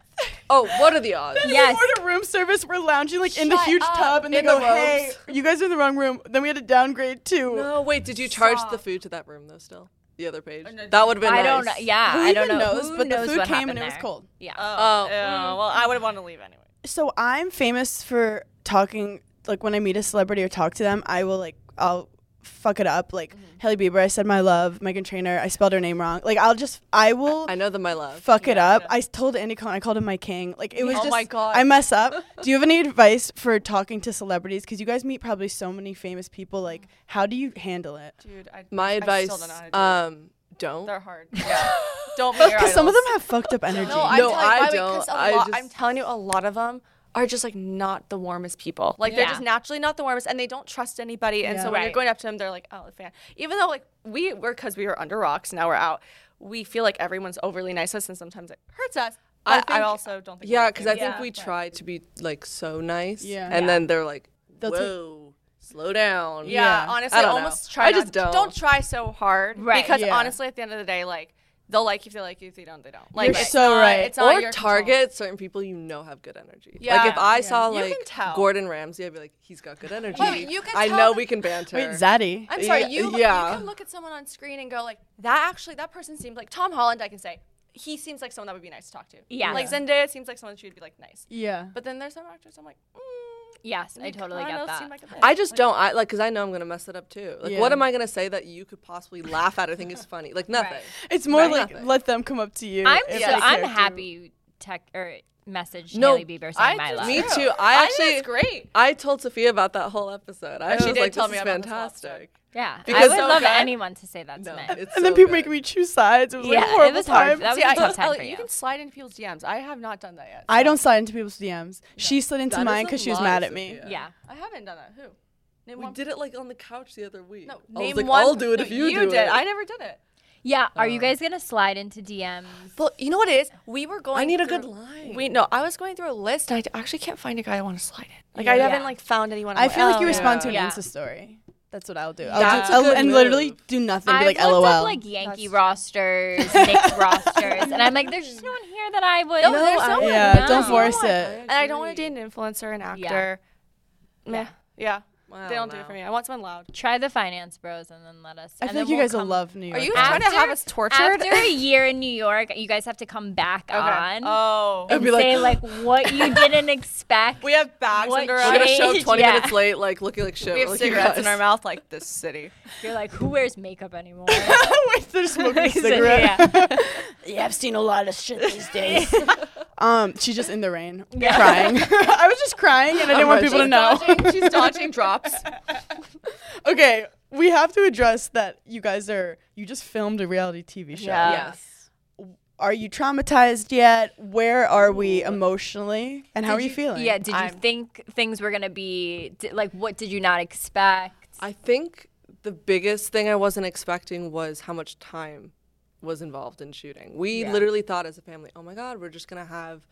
E: Oh, what are the odds?
D: Yes.
C: We order room service. We're lounging like in the huge tub, and they
E: In the
C: go, "Hey,
E: robes.
C: you guys are in the wrong room." Then we had to downgrade too.
E: No, wait. Did you charge the food to that room though? Still. the other page.
G: Oh,
E: That would have been
A: I
E: nice.
A: don't know. Yeah,
C: Who
A: I don't
C: even
A: know.
C: knows?
A: Who
C: But the
A: knows
C: food
A: what
C: came
A: happened
C: and it was
A: there?
C: cold.
A: Yeah.
E: Oh.
I: Yeah, well, I would want to leave anyway.
C: so I'm famous for talking like when I meet a celebrity or talk to them, I will like I'll fuck it up. Like
A: Mm-hmm.
C: Haley Bieber, I said my love, Megan Trainor, I spelled her name wrong. Like I'll just I will
E: I know them, my love.
C: fuck it up. I told Andy Cohen, I called him my king. Like it was
I: Oh
C: just
I: my God.
C: I mess up. do you have any advice for talking to celebrities cuz you guys meet probably so many famous people like how do you handle it?
G: Dude, I,
E: My
G: I
E: advice,
G: still don't know how
D: uh,
G: to do it.
E: um, don't.
G: They're hard. Yeah. don't be your
C: Cuz some of
G: idols.
C: them have fucked up energy.
G: No, I'm
E: No,
G: telling,
E: I
G: I
E: don't. I
G: I
E: just-
G: am telling you, a lot of them are just like not the warmest people. Like they're just naturally not the warmest, and they don't trust anybody. And so when you're going up to them, they're like, "Oh, the fan." Even though like we were because we were under rocks, now we're out. We feel like everyone's overly nice to us, and sometimes it hurts us.
E: I
G: But I,
E: think-
G: also don't think.
E: Yeah,
G: we're
E: because I think
I: Yeah,
E: we try to be like so nice.
C: Yeah.
E: And then they're like,
C: They'll take-
E: whoa, slow down.
G: Yeah,
C: Yeah.
G: honestly,
E: I don't
G: almost
E: know.
G: try.
E: I
G: not-
E: just don't.
G: try so hard,
A: Right.
G: Because
C: Yeah.
G: honestly, at the end of the day, like they'll like you if they like you. If they don't, they don't. Like
C: You're
G: it's
C: so
G: not-
C: right.
G: It's not
E: Or
G: your
E: target
G: Control.
E: certain people you know have good energy.
G: Yeah.
E: Like if I
G: Yeah.
E: saw
G: You can
E: like
G: tell.
E: Gordon Ramsay, I'd be like, he's got good energy.
G: Wait, you can
E: I
G: tell
E: know
G: that-
E: we can banter.
C: Wait, Zaddy.
G: I'm sorry,
E: Yeah,
G: you,
E: yeah.
G: you can look at someone on screen and go like, that actually, that person seems like Tom Holland. I can say he seems like someone that would be nice to talk to.
A: Yeah.
G: like Zendaya seems like someone she would be like nice.
C: yeah.
G: But then there's some actors I'm like, mm,
A: Yes, I
G: they
A: totally
G: kinda
A: get that.
G: seem like a bitch.
E: I just don't. I like because I know I'm gonna mess it up too. Like,
C: Yeah.
E: what am I gonna say that you could possibly laugh at or think is funny? Like nothing.
C: It's more
E: Right.
C: like
E: Nothing.
C: let them come up to you.
A: I'm
C: if
A: so
C: they
A: I'm
C: care to.
A: happy you tech or messaged
E: No,
A: Hailey Bieber saying
G: I
A: my
G: just-
A: love.
E: Me
G: Yeah.
E: too. I
G: I think
E: actually
G: it's great.
E: I told Sophia about that whole episode. I
G: And she
E: was
G: did
E: like,
G: tell
E: this
G: me
E: is
G: about this last
E: fantastic.
A: Yeah, I
E: Because
A: would
E: so
A: love
E: good.
A: anyone to say that to
E: No,
A: me.
E: it's
C: And then
E: so
C: people
E: good.
C: make me choose sides. It was like a
A: Yeah, it
C: horrible
A: was hard.
C: time.
A: That was
G: See,
A: a
G: I-
A: tough time
G: Ellie,
A: for you.
G: can slide into people's DMs. I have not done that yet.
C: I
G: so-
C: don't slide into people's DMs. She slid into
E: That is
C: mine
E: a
C: because she was
E: lie,
C: mad at me.
E: Sophia.
A: yeah.
G: I haven't done that. Who? Name
E: We
G: one.
E: did it like on the couch the other week.
G: No,
E: I was
G: name
E: like,
G: one.
E: I'll do it
G: No,
E: if you,
G: you
E: do
G: did.
E: it.
G: I never did it.
A: Yeah, are
C: Um,
A: you guys gonna slide into DMs?
G: Well, you know what it is? We were going.
E: I need a
G: through-
E: good line.
G: We no, I was going through a list. And I actually can't find a guy I want to slide in. Like I
A: Yeah.
G: haven't like found anyone. I'm
C: I feel like you
G: oh,
C: respond to an
A: Yeah.
C: Insta story. That's what I'll do.
E: That's
C: I'll
E: a
C: do, I'll-
E: good
C: and literally
E: move.
C: do nothing.
A: I've
C: Be like,
A: looked
C: LOL.
A: up like Yankee rosters, Knicks rosters, and I'm like, there's just no one here that I would.
G: No, No, there's I- no one.
C: yeah,
A: No.
C: don't force
E: I
C: it.
G: And I don't want to
E: agree.
G: date an influencer, an
A: Yeah.
G: actor. Meh. Yeah.
E: Wow,
G: They don't do
E: no.
G: it for me. I want someone loud.
A: Try the finance bros, and then let us.
C: I
A: and
C: feel
A: then
C: like you
A: we'll
C: guys will
A: come-
C: love New York.
G: Are you
C: now.
G: trying to have us tortured?
A: After a year in New York, you guys have to come back on
G: Oh.
A: and say like what you didn't expect.
G: We have bags
A: What
G: under
A: We're
G: our
E: We're gonna show up
A: Right,
E: 20
A: yeah.
E: minutes late, like looking like shit.
G: We have
E: like, you
G: cigarettes in
E: guys.
G: our mouth like this city.
A: You're like, who wears makeup anymore?
C: Wait, they're smoking a
A: Like, so-
C: cigarette.
A: yeah.
C: Yeah, I've seen a lot of shit these days. um, she's just in the rain,
A: Yeah.
C: crying. I was just crying, and I didn't want people to know.
G: Dodging, she's dodging drops.
C: okay, we have to address that. You guys are. You just filmed a reality TV show.
G: Yeah.
E: Yes.
C: Are you traumatized yet? Where are we emotionally? And how are you, feeling?
A: Yeah, did you
G: I'm-
A: think things were gonna be di- like what did you not expect?
E: I think the biggest thing I wasn't expecting was how much time was involved in shooting. We literally thought as a family, oh my God, we're just going to have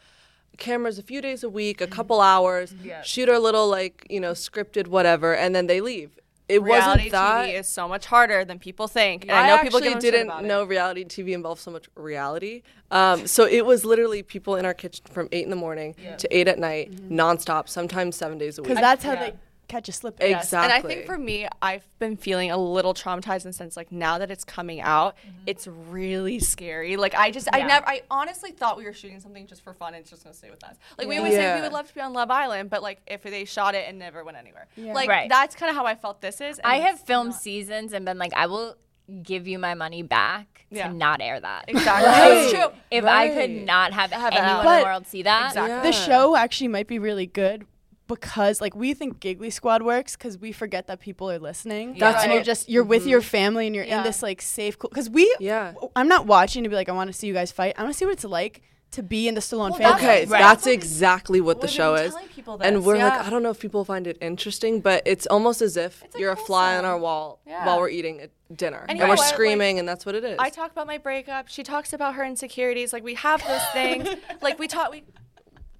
E: cameras a few days a week,
G: Mm-hmm.
E: a couple hours, shoot our little, like, you know, scripted whatever, and then they leave. It
G: Reality
E: wasn't that.
G: TV is so much harder than people think. And I,
E: I,
G: know people
E: actually
G: give a shit
E: didn't
G: about it.
E: know reality TV involves so much reality. Um, so it was literally people in our kitchen from eight in the morning to eight at night,
G: Mm-hmm.
E: nonstop, sometimes seven days a week.
C: Because that's how they catch you slipping.
E: Yes.
G: And I think
E: Exactly.
G: for me, I've been feeling a little traumatized in the sense like now that it's coming out,
E: Mm-hmm.
G: it's really scary. Like I just, I never, I honestly thought we were shooting something just for fun. and It's just gonna stay with us. Like we always say we
E: Yeah.
G: would love to be on Love Island, but like if they shot it and never went anywhere, like
A: Right.
G: that's kind of how I felt. This is. and
A: I have
G: it's
A: filmed
G: not-
A: seasons and been like, I will give you my money back
G: Yeah.
A: to not air that.
G: Exactly. That's
A: Like,
G: true.
A: If I
E: Right.
A: could not have,
G: Have it
A: anyone
G: out.
A: in
C: But-
A: the world see that,
C: The
G: Exactly.
C: show actually might be really good because like we think Giggly Squad works because we forget that people are listening.
E: That's
C: and you're
E: what-
C: just you're with your family and you're in
G: Yeah.
C: this like safe cool because we
E: Yeah.
C: I'm not watching to be like I want to see you guys fight. I want to see what it's like to be in the Stallone family.
E: Okay,
G: Right.
E: that's
G: We've
E: exactly what the
G: been
E: show is.
G: telling people
E: And
G: this,
E: we're
G: yeah.
E: like, I don't know if people find it interesting, but it's almost as if
G: a
E: you're a
G: cool
E: fly on
G: song.
E: our wall
G: Yeah.
E: while we're eating at dinner.
G: And
E: And,
G: you know
E: we're
G: what, like,
E: screaming, and that's what it is.
G: I talk about my breakup. She talks about her insecurities. Like we have those things. like we talk. We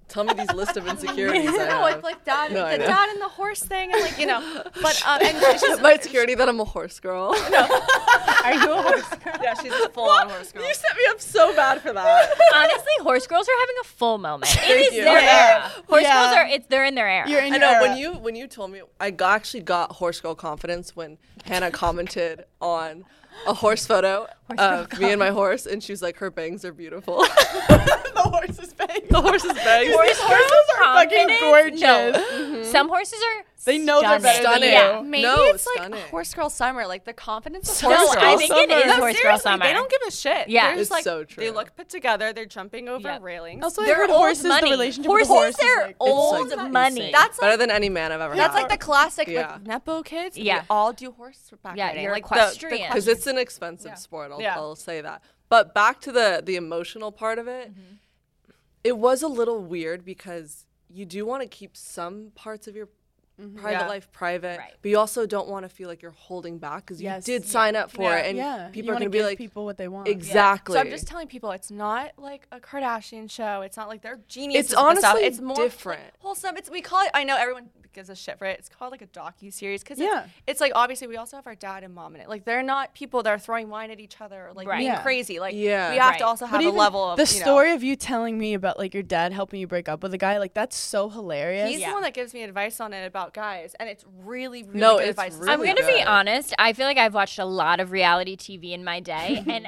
E: Tell me these list of insecurities. I
G: no,
E: have.
G: it's like dad,
E: No, I
G: the
E: know.
G: dad and the horse thing, and like you know. But um, and it's just
E: My insecurity that I'm a horse girl.
G: Are you a horse girl? Yeah, she's a full on horse girl.
E: set me up so bad for that.
A: honestly, horse girls are having a full moment. It is their era. Horse
C: Yeah.
A: girls are, it's, they're in their era.
C: You're in
E: I
C: your
E: know when
C: era.
E: you when you told me I g- actually got horse girl confidence when Hannah commented on a horse photo of me and my horse, and she was like, "Her bangs are beautiful."
C: the horse's bangs.
E: the horse's bangs.
C: These horses are fucking gorgeous. Mm-hmm.
D: Confidence? No. Some horses are.
C: They know they're better than
D: stunning.
E: Stunning.
C: you.
D: Yeah.
G: Maybe
E: No,
G: it's
E: stunning.
G: like horse girl summer, like the confidence of
E: So
G: horse
D: No,
G: girl.
D: I think it
C: summer.
D: is
C: No,
D: horse girl
J: Seriously,
D: summer.
J: they don't give a shit.
D: Yeah.
J: They're just
E: It's
J: like
E: so true.
J: they look put together. They're jumping over
D: Yep.
J: railings.
C: Also, I
D: They're
C: heard
D: old
C: horses.
D: money.
C: The relationship
D: horses,
C: with the horse
D: are
C: is like,
D: old
E: like,
D: money.
G: That's
E: Better than any man I've ever
G: That's
E: had.
G: like the classic
E: Yeah.
G: like nepo kids.
D: Yeah.
G: we all do horseback
D: Yeah,
G: riding.
D: you're
G: like
D: equestrian.
G: The, the
E: because it's an expensive sport. I'll,
J: Yeah.
E: I'll say that. But back to the the emotional part of it,
G: Mm-hmm.
E: it was a little weird because you do want to keep some parts of your
G: Mm-hmm.
E: private
J: Yeah.
E: life private,
D: Right.
E: but you also don't want to feel like you're holding back because
C: Yes.
E: you did sign up for
J: Yeah.
E: it, and
C: yeah,
E: people
C: you
E: are
C: wanna
E: going to be
C: give
E: like,
C: people what they want.
E: exactly.
G: So I'm just telling people it's not like a Kardashian show. It's not like they're geniuses.
E: It's
G: with this stuff.
E: honestly
G: it's more like,
E: different.
G: wholesome. It's we call it. I know everyone gives a shit for it. It's called like a docu series because
C: Yeah.
G: it's, it's like obviously we also have our dad and mom in it. Like they're not people that are throwing wine at each other or like
D: Right.
G: being
C: Yeah.
G: crazy. Like
E: Yeah.
G: we have
D: Right.
G: to also have
C: But
G: a
C: even
G: level of
C: the
G: you know,
C: story of you telling me about like your dad helping you break up with a guy, like that's so hilarious.
G: He's the one that gives me advice on it about guys, and it's really, really
E: No, it's
G: good advice.
E: really
D: I'm gonna be
E: good.
D: honest. I feel like I've watched a lot of reality TV in my day, and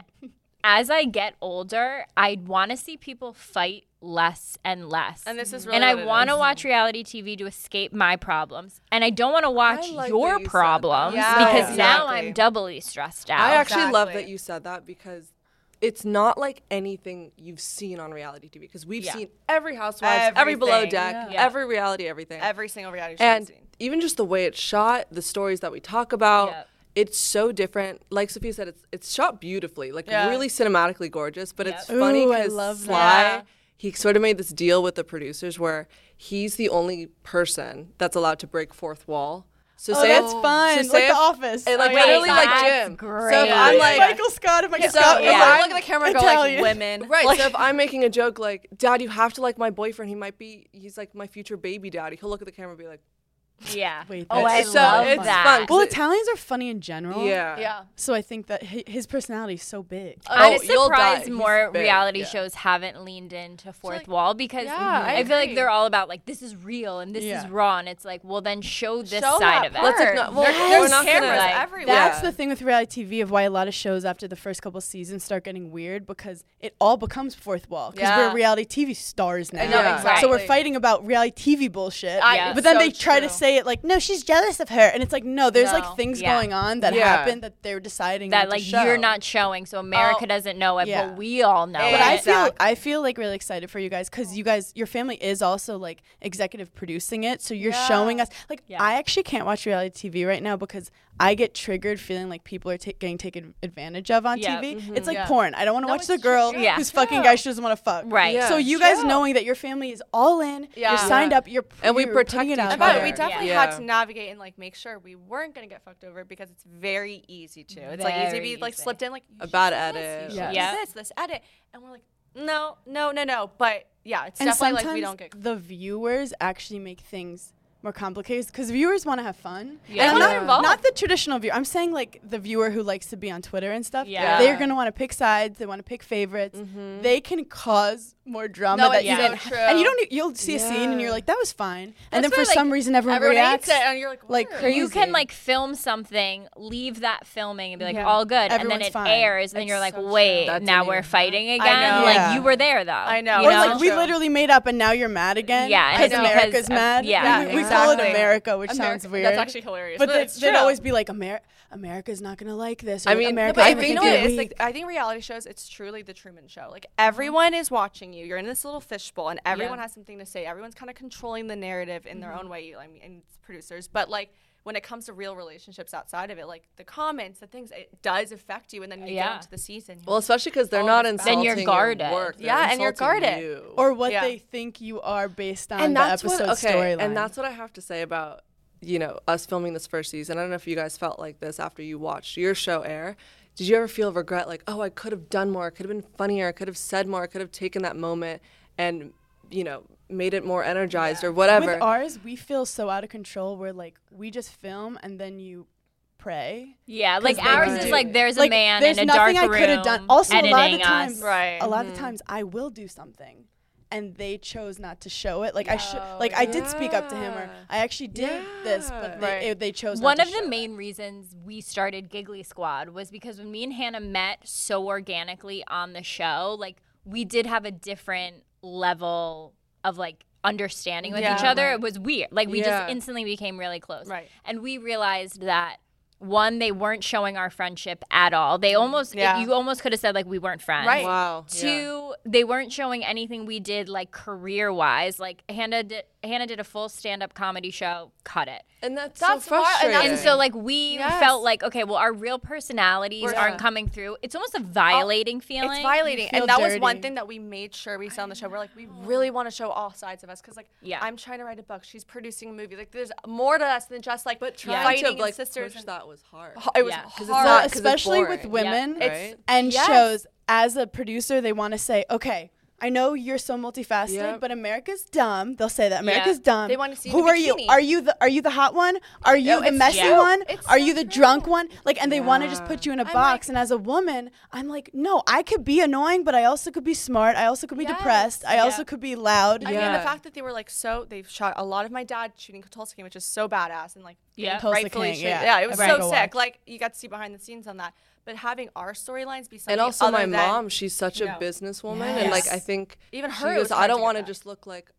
D: as I get older, I want to see people fight less and less.
G: And this is really
D: and I
G: what it
D: want to
G: is.
D: watch reality TV to escape my problems, and I don't want to watch
E: like that you
D: your
E: said that.
D: problems
G: Yeah,
D: because now
G: exactly.
D: I'm doubly stressed out.
E: I actually love
G: Exactly.
E: that you said that because it's not like anything you've seen on reality TV because we've
D: Yeah.
E: seen every Housewives, every Below
G: Everything.
E: Deck,
D: Yeah.
E: every reality, everything.
G: every single reality show. I've
E: and
G: seen.
E: even just the way it's shot, the stories that we talk about,
D: Yep.
E: it's so different. Like Sophia said, it's it's shot beautifully, like
G: Yeah.
E: really cinematically gorgeous. But it's
C: Yep.
E: funny
C: Ooh, I
E: because
C: love that.
E: Sly,
G: Yeah.
E: he sort of made this deal with the producers where he's the only person that's allowed to break fourth wall. So
C: Oh,
E: say
C: that's
E: if-
C: fun,
E: So
C: like
E: say
C: The
E: if-
C: Office.
E: and, like
C: Oh, yeah.
E: literally like
D: That's
E: Jim. So
D: great.
E: if I'm
C: He's
E: like.
C: Michael Scott and Michael
E: So
C: Scott.
E: if
C: and
E: I
C: I'm
E: look
G: at the camera, and go like
C: Italian.
G: women.
E: Right, so if I'm making a joke like, "Dad, you have to like my boyfriend. He might be, he's like my future baby daddy." He'll look at the camera and be like,
D: yeah.
C: Wait,
D: oh, I
C: that's so-
D: love
C: it's
D: that.
E: fun.
C: Well, Italians are funny in general.
E: "Yeah,
G: yeah,
C: So I think that hi- his personality is so big.
D: I'm
E: Oh, you'll
D: surprised
E: die.
D: more
E: He's big,
D: reality
E: yeah.
D: shows haven't leaned into fourth
G: like-
D: wall because
G: Yeah, I
D: I feel like
G: agree.
D: they're all about like this is real and this
C: Yeah.
D: is raw and it's like well then show this
G: Show
D: side
G: that
D: of it.
G: part.
E: let's ignore." Well,
G: There's
E: we're not gonna-
G: cameras
D: like-
G: everywhere.
C: That's
E: Yeah.
C: the thing with reality TV of why a lot of shows after the first couple seasons start getting weird because it all becomes fourth wall because
G: Yeah.
C: we're reality TV stars now.
G: I know,
E: Yeah.
G: exactly.
C: So we're fighting about reality TV bullshit.
G: I-
D: Yeah.
C: But then
G: so
C: they try to
G: true.
C: say it like, no, she's jealous of her, and it's like, no, there's
G: No.
C: like things
D: Yeah.
C: going on that
E: Yeah.
C: happen that they're deciding
D: that
C: not
D: like
C: to show.
D: you're not showing, so America doesn't know it,
C: yeah.
D: but we all know
G: But
C: But
D: it.
C: I feel
E: Exactly.
C: I feel like really excited for you guys because you guys your family is also like executive producing it, so you're showing us. Like
D: Yeah.
C: I actually can't watch reality TV right now because I get triggered feeling like people are ta- getting taken advantage of on
D: Yeah.
C: TV. It's like porn. I don't want to watch the
G: it's true.
C: girl
D: Yeah.
C: who's fucking guy she doesn't want to fuck.
D: Right.
E: Yeah.
C: So you guys knowing that your family is all in,
G: Yeah.
C: you're signed up, you're
E: And we
C: you're
E: protect
C: putting it
E: each
C: out
G: But
E: other.
G: we
C: there.
G: definitely
E: Yeah.
G: had to navigate and like make sure we weren't gonna get fucked over because it's very easy to. It's like easy to
D: Very
G: be like
D: easy.
G: slipped in like you
E: A
G: should
E: bad
G: do
E: edit.
G: This, you
C: Yeah.
G: should do
D: Yeah.
G: this this edit, and we're like, no, no, no, no. But yeah, it's
C: and
G: definitely
C: sometimes
G: like we don't get.
C: the viewers actually make things more complicated because viewers want to have fun.
D: Yeah.
C: And I'm
D: They
C: not,
D: wanna involve.
C: not the traditional viewer. I'm saying like the viewer who likes to be on Twitter and stuff.
D: Yeah.
C: They're going to want to pick sides. They want to pick favorites. They can cause more drama
G: Mm-hmm. No,
C: that
G: it's
C: you
G: so
C: didn't.
G: true.
C: And you don't. e, You'll see a scene and you're like, that was fine. and then
G: That's
C: for
G: why, like,
C: some reason, everyone,
G: everyone hates
C: reacts
G: it, and you're like,
C: like
G: "Weird."
C: crazy.
D: you can like film something, leave that filming, and be like,
C: Yeah.
D: all good, and
C: Everyone's
D: then it
C: fine.
D: airs, and then
G: It's
D: you're like,
G: so true.
D: wait,
E: That
D: now
E: didn't
D: we're
E: even
D: fighting again.
G: know.
D: Like
C: Yeah.
D: you were there though.
G: I know.
D: you
C: Or
G: know?
C: like we
G: True.
C: literally made up and now you're mad again.
D: Oh, Yeah, I
C: because
D: know.
C: America's
D: Because, uh,
C: mad.
D: yeah,
C: we, we call it
G: exactly.
C: America, which sounds
G: America-
C: weird.
G: That's actually hilarious.
C: But,
G: but
C: they,
G: it's
C: they'd
G: true.
C: always be like, Amer- America's not gonna like this. Or,
E: I mean,
C: America's
G: But I
C: gonna
G: think
C: think you're
G: it is.
C: weak.
G: Like, I think reality shows, it's truly the Truman Show. Like everyone is watching you. You're in this little fishbowl, and everyone has something to say. Everyone's kind of controlling the narrative in their own way. you- I mean, and it's producers, but like when it comes to real relationships outside of it, like the comments, the things, it does affect you. And then you
D: Yeah.
G: get into the season. you're
E: Well,
G: like,
E: especially because they're
G: Oh,
E: not
G: it's bad.
E: insulting
D: Then you're
E: your
D: guarded.
E: work, they're
G: Yeah, and you're
E: insulting
G: guarded.
E: you.
C: or what
G: Yeah.
C: they think you are based on
E: and
C: the
E: that's
C: episode
E: what okay,
C: storyline.
E: and that's what I have to say about you know us filming this first season. I don't know if you guys felt like this after you watched your show air. Did you ever feel regret like, oh, I could have done more, I could have been funnier, I could have said more, I could have taken that moment and you know made it more energized or whatever?
C: with ours. We feel so out of control. We're like, we just film and then you pray.
D: Yeah, like
C: they
D: ours
C: can
D: is
C: do
D: like
C: it.
D: there's a
C: Like,
D: man
C: there's
D: in a dark
C: nothing
D: room
C: I could have done. Also, a
D: editing
C: lot of
D: us. Mm-hmm.
C: times,
G: Right.
C: a lot of times I will do something. and they chose not to show it. Like I should, like I did speak up to him, or I actually did this, but they, it- they chose.
D: One
C: not
D: of
C: to
D: the
C: show it.
D: main reasons we started Giggly Squad was because when me and Hannah met so organically on the show, like we did have a different level of like understanding with each
G: Yeah.
D: other. It was weird. Like we
E: Yeah.
D: just instantly became really close.
G: Right.
D: And we realized that one, they weren't showing our friendship at all. They almost
G: Yeah.
D: you almost could have said like we weren't friends.
G: Right.
E: Wow.
D: Two, they weren't showing anything we did like career wise. Like Hannah did, Hannah did a full stand up comedy show, cut it.
E: And that's,
G: That's
E: so
G: why- and
E: frustrating.
G: that's-
D: And so like we
G: Yes.
D: felt like okay, well our real personalities
G: We're-
D: aren't
G: Yeah.
D: coming through. It's almost a violating feeling.
G: It's violating,
C: feel
G: and that was
C: dirty.
G: one thing that we made sure we said on the show. We're like, we really want to show all sides of us because, like,
D: Yeah.
G: I'm trying to write a book. She's producing a movie. Like, there's more to us than just like but
D: trying
G: fighting
E: to
G: and
E: like
G: sisters.
E: push
G: and-
E: that was hard.
G: It was
D: Yeah, 'cause
E: it's
G: hard.
E: not- 'cause it's
C: especially with
E: boring,
D: yeah.
C: women
G: It's-
C: and
G: yes.
C: shows. As a producer, they want to say, okay. I know you're so multifaceted,
E: Yep.
C: but America's dumb. They'll say that America's dumb.
G: They wanna see you
C: who
G: in a
C: are you?
G: bikini. Oh,
C: Are you the are you the hot one? Are you the
G: it's
C: messy
D: true.
C: one?
G: It's
C: are
G: so
C: you the
G: true.
C: drunk one? Like, and they want to just
E: Yeah.
C: put you in a
G: I'm
C: box.
G: like-
C: and as a woman, I'm like, no, I could be annoying, but I also could be smart. I also could be depressed. I also could be loud.
G: I mean, the
E: Yeah.
G: fact that they were like so, they've shot a lot of my dad shooting Tulsa King, which is so badass and like
D: Yeah.
G: and
C: Tulsa
G: rightfully
C: King,
G: should-
C: yeah.
G: yeah, it was
C: Right.
G: so
C: Go watch.
G: sick. Like you got to see behind the scenes on that, but having our storylines be something
E: and also
G: other
E: my
G: than-
E: mom, she's such a businesswoman, and like
G: Yes.
E: I think
G: Even
E: she
G: her, it
E: goes,
G: was
E: I
G: hard to
E: don't
G: get
E: want to
G: that."
E: just look like,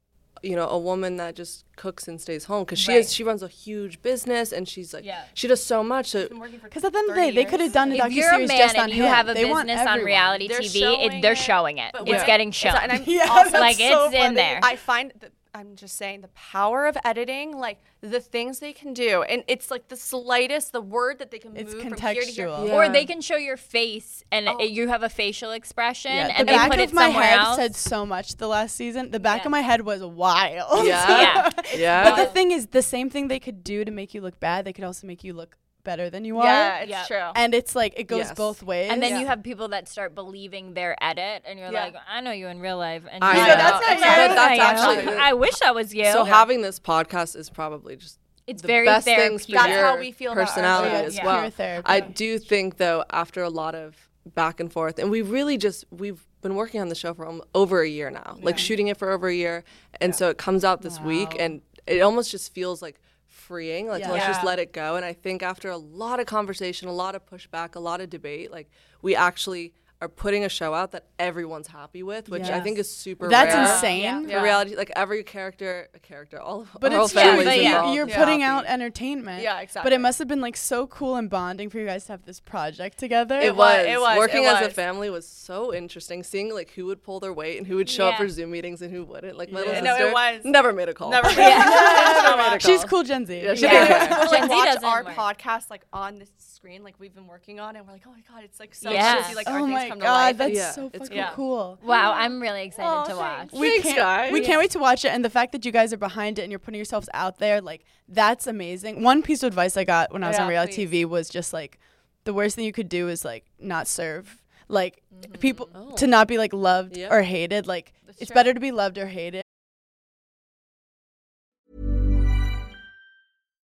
E: you know, a woman that just cooks and stays home because she
D: Right.
E: is she runs a huge business and she's like
D: Yeah.
E: she does so much. So
C: Because at the end of the day, they could have done a
D: If you're a
C: docuseries
D: man
C: just on
D: and you
C: him.
D: have a
C: They want
D: business on
C: everyone.
D: reality
G: They're
D: TV, it,
G: showing
D: they're
G: it,
D: showing it.
G: but
D: It's
G: we're-
D: getting
G: it's-
D: shown.
G: and I'm
C: Yeah,
G: also
C: that's
D: like
C: so
D: it's in
C: funny.
D: there.
G: I find that I'm just saying the power of editing, like the things they can do, and it's like the slightest, the word that they can
C: It's
G: move from here to here.
C: contextual.
D: Or
E: Yeah.
D: they can show your face and
C: Oh.
D: it, you have a facial expression
C: Yeah,
D: and
C: the
D: they
C: back
D: put
C: of
D: it
C: my
D: somewhere
C: head
D: else.
C: said so much the last season. The back of my head was wild.
D: Yeah.
E: yeah, yeah.
C: but the thing is, the same thing they could do to make you look bad, they could also make you look better than you are.
G: Yeah, it's
D: Yeah.
G: true.
C: And it's like it goes
E: Yes.
C: both ways.
D: and then you have people that start believing their edit, and you're
G: Yeah.
D: like, "I know you in real life." And
E: I
D: you're
E: know.
D: like,
E: That's
C: not
D: "I know
C: you."
D: who
E: That's
D: I am.
E: actually-
D: I wish I was you.
E: so having this podcast is probably just
D: it's
E: the
D: very
E: best
D: therapeutic.
E: things for
G: That's
E: your
G: how we feel about our
E: personality
G: shows.
E: as
D: Yeah.
E: well.
C: Pure therapy.
E: I do think though, after a lot of back and forth, and we really just we've been working on the show for om- over a year now, like shooting it for over a year, and so it comes out this week, and it almost just feels like freeing like let's just let it go and i think after a lot of conversation a lot of pushback a lot of debate like we actually are putting a show out that everyone's happy with which i think is super
C: That's
E: rare
C: insane.
E: for reality like every character a character all of
C: But
E: our
C: it's
E: whole
C: true.
E: families
C: But
E: involved
C: you, you're
E: is
C: putting out
E: happy.
C: entertainment.
G: Yeah,
C: But
G: exactly.
C: it must have been like so cool and bonding for you guys to have this project together.
E: It was.
G: it was,
E: Working
G: it
E: as a
G: was.
E: family was so interesting. Seeing like who would pull their weight and who would show
D: Yeah.
E: up for Zoom meetings and who wouldn't. Like my little
G: No, it
E: sister
G: was-
E: never made a call.
G: Never.
E: made a call.
C: She's cool, Gen Z.
E: Yeah, she
D: Yeah.
E: did.
G: We're
D: Gen
G: like
D: Z
G: watch
D: doesn't
G: our
D: work.
G: podcast like on this screen, like we've been working on, and we're like, oh my god, it's like so
D: Yeah.
G: yeah. like our
C: oh
G: things
C: my
G: come to
C: god,
G: life.
C: that's
E: Yeah,
C: so
E: it's
C: fucking
G: cool.
C: cool.
D: wow, I'm really excited
G: Oh,
D: to watch.
E: We
C: can't,
E: can't, guys.
C: We can't wait to watch it. And the fact that you guys are behind it and you're putting yourselves out there, like, that's amazing. One piece of advice I got when I was on
G: Yeah,
C: reality TV was just like, the worst thing you could do is like not serve. Like, people to not be like loved
E: Yeah.
C: or hated. Like, it's better to be loved or hated.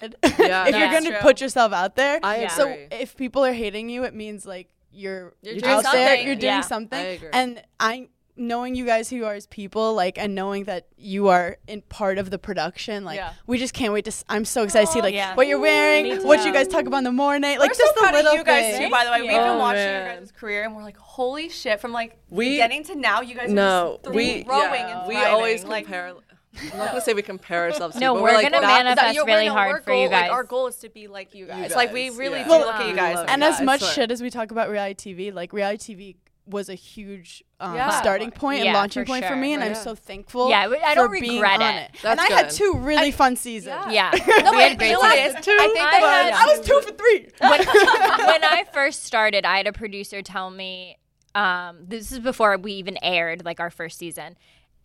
C: good.
E: Yeah.
C: if you're
D: That's
C: going to
G: true.
C: put yourself out there.
E: I
D: Yeah.
C: So
E: agree.
C: if people are hating you, it means like you're
G: You're
C: you're
G: doing
C: out there,
G: something.
C: you're doing
D: Yeah.
C: something.
E: I agree.
C: And I knowing you guys who you are as people, like, and knowing that you are in part of the production, like,
G: Yeah.
C: we just can't wait to. S- I'm so excited to see like
D: yeah.
C: what you're
D: Me
C: wearing, what
D: too.
C: you guys talk about in the morning, like
G: We're
C: just
G: so
C: the
G: proud
C: little
G: of you guys
C: things.
G: too, by the way. We've been
E: Oh,
G: watching
E: man.
G: your guys' career, and we're like, holy shit! From like
E: We-
G: beginning to now, you guys
E: No,
G: are just
E: we
G: throwing
E: yeah,
G: and
E: we
G: thriving,
E: always
G: like,
E: compare. I'm not gonna say we compare ourselves.
D: No,
E: to, but
D: we're
E: like,
D: gonna
E: that-
G: Is
D: manifest-
G: that
D: That's
G: your-
D: really
G: no,
D: hard
G: our
D: for you
G: goal- like,
D: guys.
G: our goal is to be like you guys.
E: guys,
G: Like we really
E: yeah.
G: do
C: Well,
G: look at you
E: we
G: guys.
E: love
C: And
E: Yeah,
C: as
E: it's
C: much
E: like-
C: shit as we talk about reality TV, like reality TV was a huge um,
G: Yeah.
C: starting point and
D: Yeah,
C: launching
D: for
C: point for
D: sure.
C: me, and I'm
E: Yeah.
C: so thankful.
D: Yeah, but I
C: for
D: don't
C: being
D: regret
C: on and
D: it.
E: That's
C: I had
E: good.
C: two really fun seasons.
D: Yeah,
G: No,
D: we had
G: but
D: great
G: you know what?
D: seasons.
G: It's- I think
D: I
G: that
D: had-
C: I was two for three.
D: when, when I first started, I had a producer tell me um, this is before we even aired like our first season.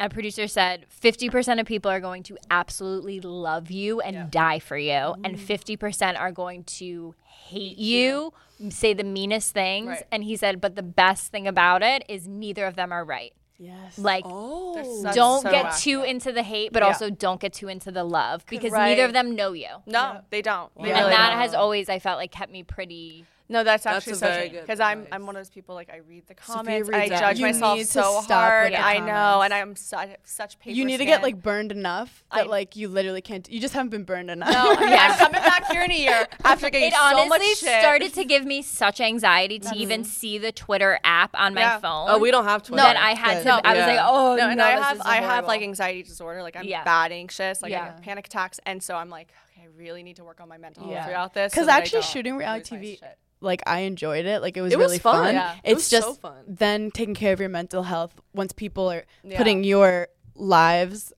D: A producer said 50% of people are going to absolutely love you and die for you, and
G: Mm-hmm.
D: 50% are going to hate you, say the meanest things.
K: Right.
D: And he said, but the best thing about it is neither of them are right.
C: Yes.
D: Like,
G: Oh. That's
D: don't
G: so
D: get
G: accurate.
D: too into the hate, but
G: Yeah.
D: also don't get too into the love because
G: Right.
D: neither of them know you.
G: No, they don't. They
D: and
G: really
D: that
G: don't.
D: has always, I felt like, kept me pretty.
G: No, that's
D: That's
G: actually
D: a
G: so
D: very
G: true.
D: good
G: Because I'm I'm one of those people like I read the
C: Sophia
G: comments, I
C: reads out.
G: judge
C: You
G: myself
C: need to
G: so
C: stop with
G: hard.
C: the
G: I know, and I'm su- I have such paper.
C: you need to get like burned enough that like you literally can't. You just haven't been burned enough.
G: No, yeah, I'm coming back here in a year after getting
D: it
G: so
D: honestly
G: much shit.
D: started to give me such anxiety to even see the Twitter app on my
G: Yeah.
D: phone.
G: Oh, we don't have Twitter.
D: That I had
G: No.
D: to. I was
G: Yeah.
D: like, oh
G: No,
D: no,
G: and I have I have like anxiety disorder. Like I'm
D: Yeah.
G: bad anxious. Like I
D: Yeah.
G: have panic attacks, and so I'm like, okay, I really need to work on my mental health
C: Yeah.
G: throughout this.
C: Because
G: so that I
C: actually,
G: don't
C: shooting
G: lose
C: reality
G: my
C: TV,
G: shit.
C: like I enjoyed it. Like it was
G: It was
C: really
G: fun.
C: fun.
G: Yeah. It
C: It's
G: was so
C: just
G: fun.
C: then taking care of your mental health once people are
G: Yeah.
C: putting your lives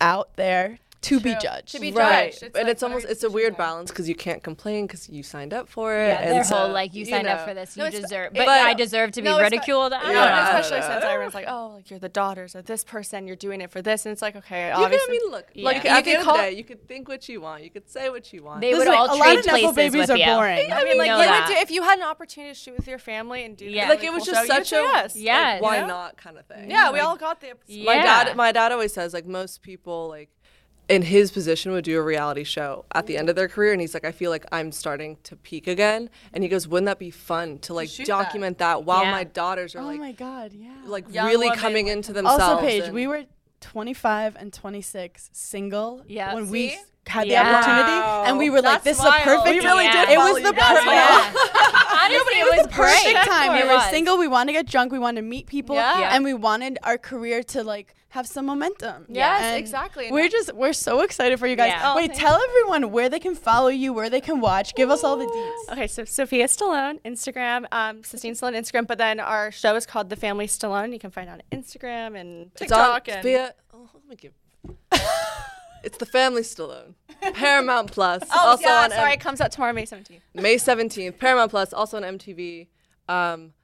C: out there to be judged.
G: To be
E: right.
G: judged. It's
E: and
G: like,
E: it's
G: what are
E: almost
G: you
E: it's a weird balance because you can't complain because you signed up for it.
D: Yeah,
E: and
D: their
E: so,
D: whole like you signed up
E: know.
D: for this,
G: No,
D: you
G: it's-
D: deserve,
G: it-
D: but, I deserve to be
G: no, it's not-
D: ridiculed. I
G: No,
D: don't know.
G: and especially since everyone's like, oh, like you're the daughters of this person, you're doing it for this, and it's like, okay,
E: You can, I
G: obviously,
E: mean, look,
G: Yeah.
E: like
G: You
E: at
G: can
E: the end of
G: call-
E: the day, you could think what you want, you could say what you want.
D: They would all
C: a lot
D: trade
C: of Neville
D: places
C: babies
D: with
C: are
D: you.
C: boring.
G: I mean, like,
D: know
G: you would
D: that.
G: do- if you had an opportunity to shoot with your family and do
D: Yeah.
G: yeah.
D: Like,
E: it was just such a-
G: yes.
E: like,
D: Yes.
E: why
G: Yeah.
E: not kind of thing.
G: Yeah, we
E: Like,
G: all got the
E: My
D: Yeah.
E: dad, my dad always says like most people like in his position would do a reality show at the end of their career, and he's like, I feel like I'm starting to peak again. And he goes, Wouldn't that be fun to like
G: shoot
E: document that, while
D: Yeah.
E: my daughters are
C: oh
E: like
C: my god, yeah.
E: like
G: Young
E: really
G: women,
E: coming
G: like-
E: into themselves.
C: also, Paige,
E: and-
C: we were 25 and 26, single.
D: Yeah,
C: when we
D: see?
C: s- had
D: Yeah.
C: the opportunity, and we were like, "This
G: That's wild.
C: is a perfect."
G: We really
D: did
C: It
D: follow
C: was the
E: you guys.
C: perfect.
D: Yeah. Honestly, it was
C: perfect
D: great.
C: time.
D: It
C: We were
D: was.
C: single. We wanted to get drunk. We wanted to meet people,
G: Yeah. Yeah.
C: and we wanted our career to like have some momentum.
G: Yes,
C: And
G: exactly.
C: We're just we're so excited for you guys.
D: Yeah. Oh,
C: Wait, tell everyone where they can follow you, where they can watch. Give us all the deets.
G: Okay, so Sophia Stallone, Instagram, um, Sistine Stallone, Instagram. But then our show is called The Family Stallone. You can find it on Instagram and
E: It's on-
G: TikTok. and
E: it's via- oh, let me give. it's the Family Stallone, Paramount Plus,
G: oh,
E: also
G: yeah,
E: on
G: sorry,
E: M-
G: it comes out tomorrow, May 17th.
E: May seventeenth. Paramount Plus, also on MTV. Um,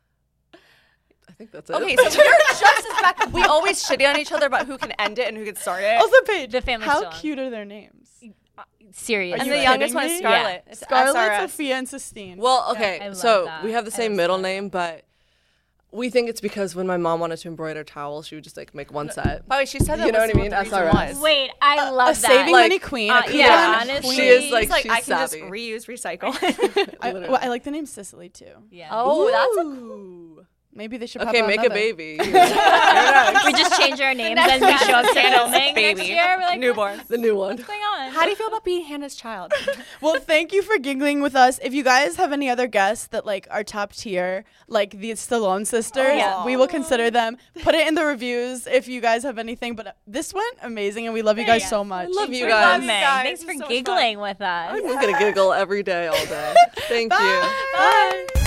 E: I think that's it.
G: Okay, so we're just as bad. We always shitty on each other about who can end it and who can start it.
C: Also, Paige,
D: The family
C: How
D: still on.
C: cute are their names?
D: Serious.
C: Are
G: and
C: you
G: the youngest one is
C: kidding me? Yeah.
G: Scarlett. It's
C: Scarlett,
G: SRS.
C: Sophia, and Sistine.
E: Well, okay.
D: I love
E: so
D: that.
E: we have the
D: I
E: same
D: love
E: middle
D: that.
E: name, but we think it's because when my mom wanted to embroider towels, she would just like make one set.
G: By the way, Oh, she said that.
E: You know
G: was
E: what I mean?
G: the reason
E: SRS.
G: was.
D: Wait, I love
C: a
D: that.
C: saving
E: Like,
C: money queen.
D: uh,
C: a
D: yeah,
C: coupon
D: honestly.
E: She is
G: She's
E: like,
G: like,
E: she's
G: I can
E: savvy.
G: just reuse, recycle.
C: I, well, I like the name Sicily too.
D: Yeah.
G: oh, that's a
C: Ooh. Maybe they should. pop
E: okay,
C: out
E: make a
C: another.
E: baby.
D: we just change our names as we show up to Animal Ming next year. We're like, what's
G: newborn.
E: the new one.
D: going on?
G: How do you feel about being Hannah's child?
C: Well, thank you for giggling with us. If you guys have any other guests that like are top tier, like the Stallone sisters,
G: yeah.
C: we will consider them. Put it in the reviews if you guys have anything. But this went amazing, and we love you guys so much.
E: Love you
D: We're
E: guys.
D: loving.
G: guys.
D: Thanks for
G: So much fun.
D: giggling with us.
E: I'm gonna giggle every day, all day. Thank you.
C: Bye.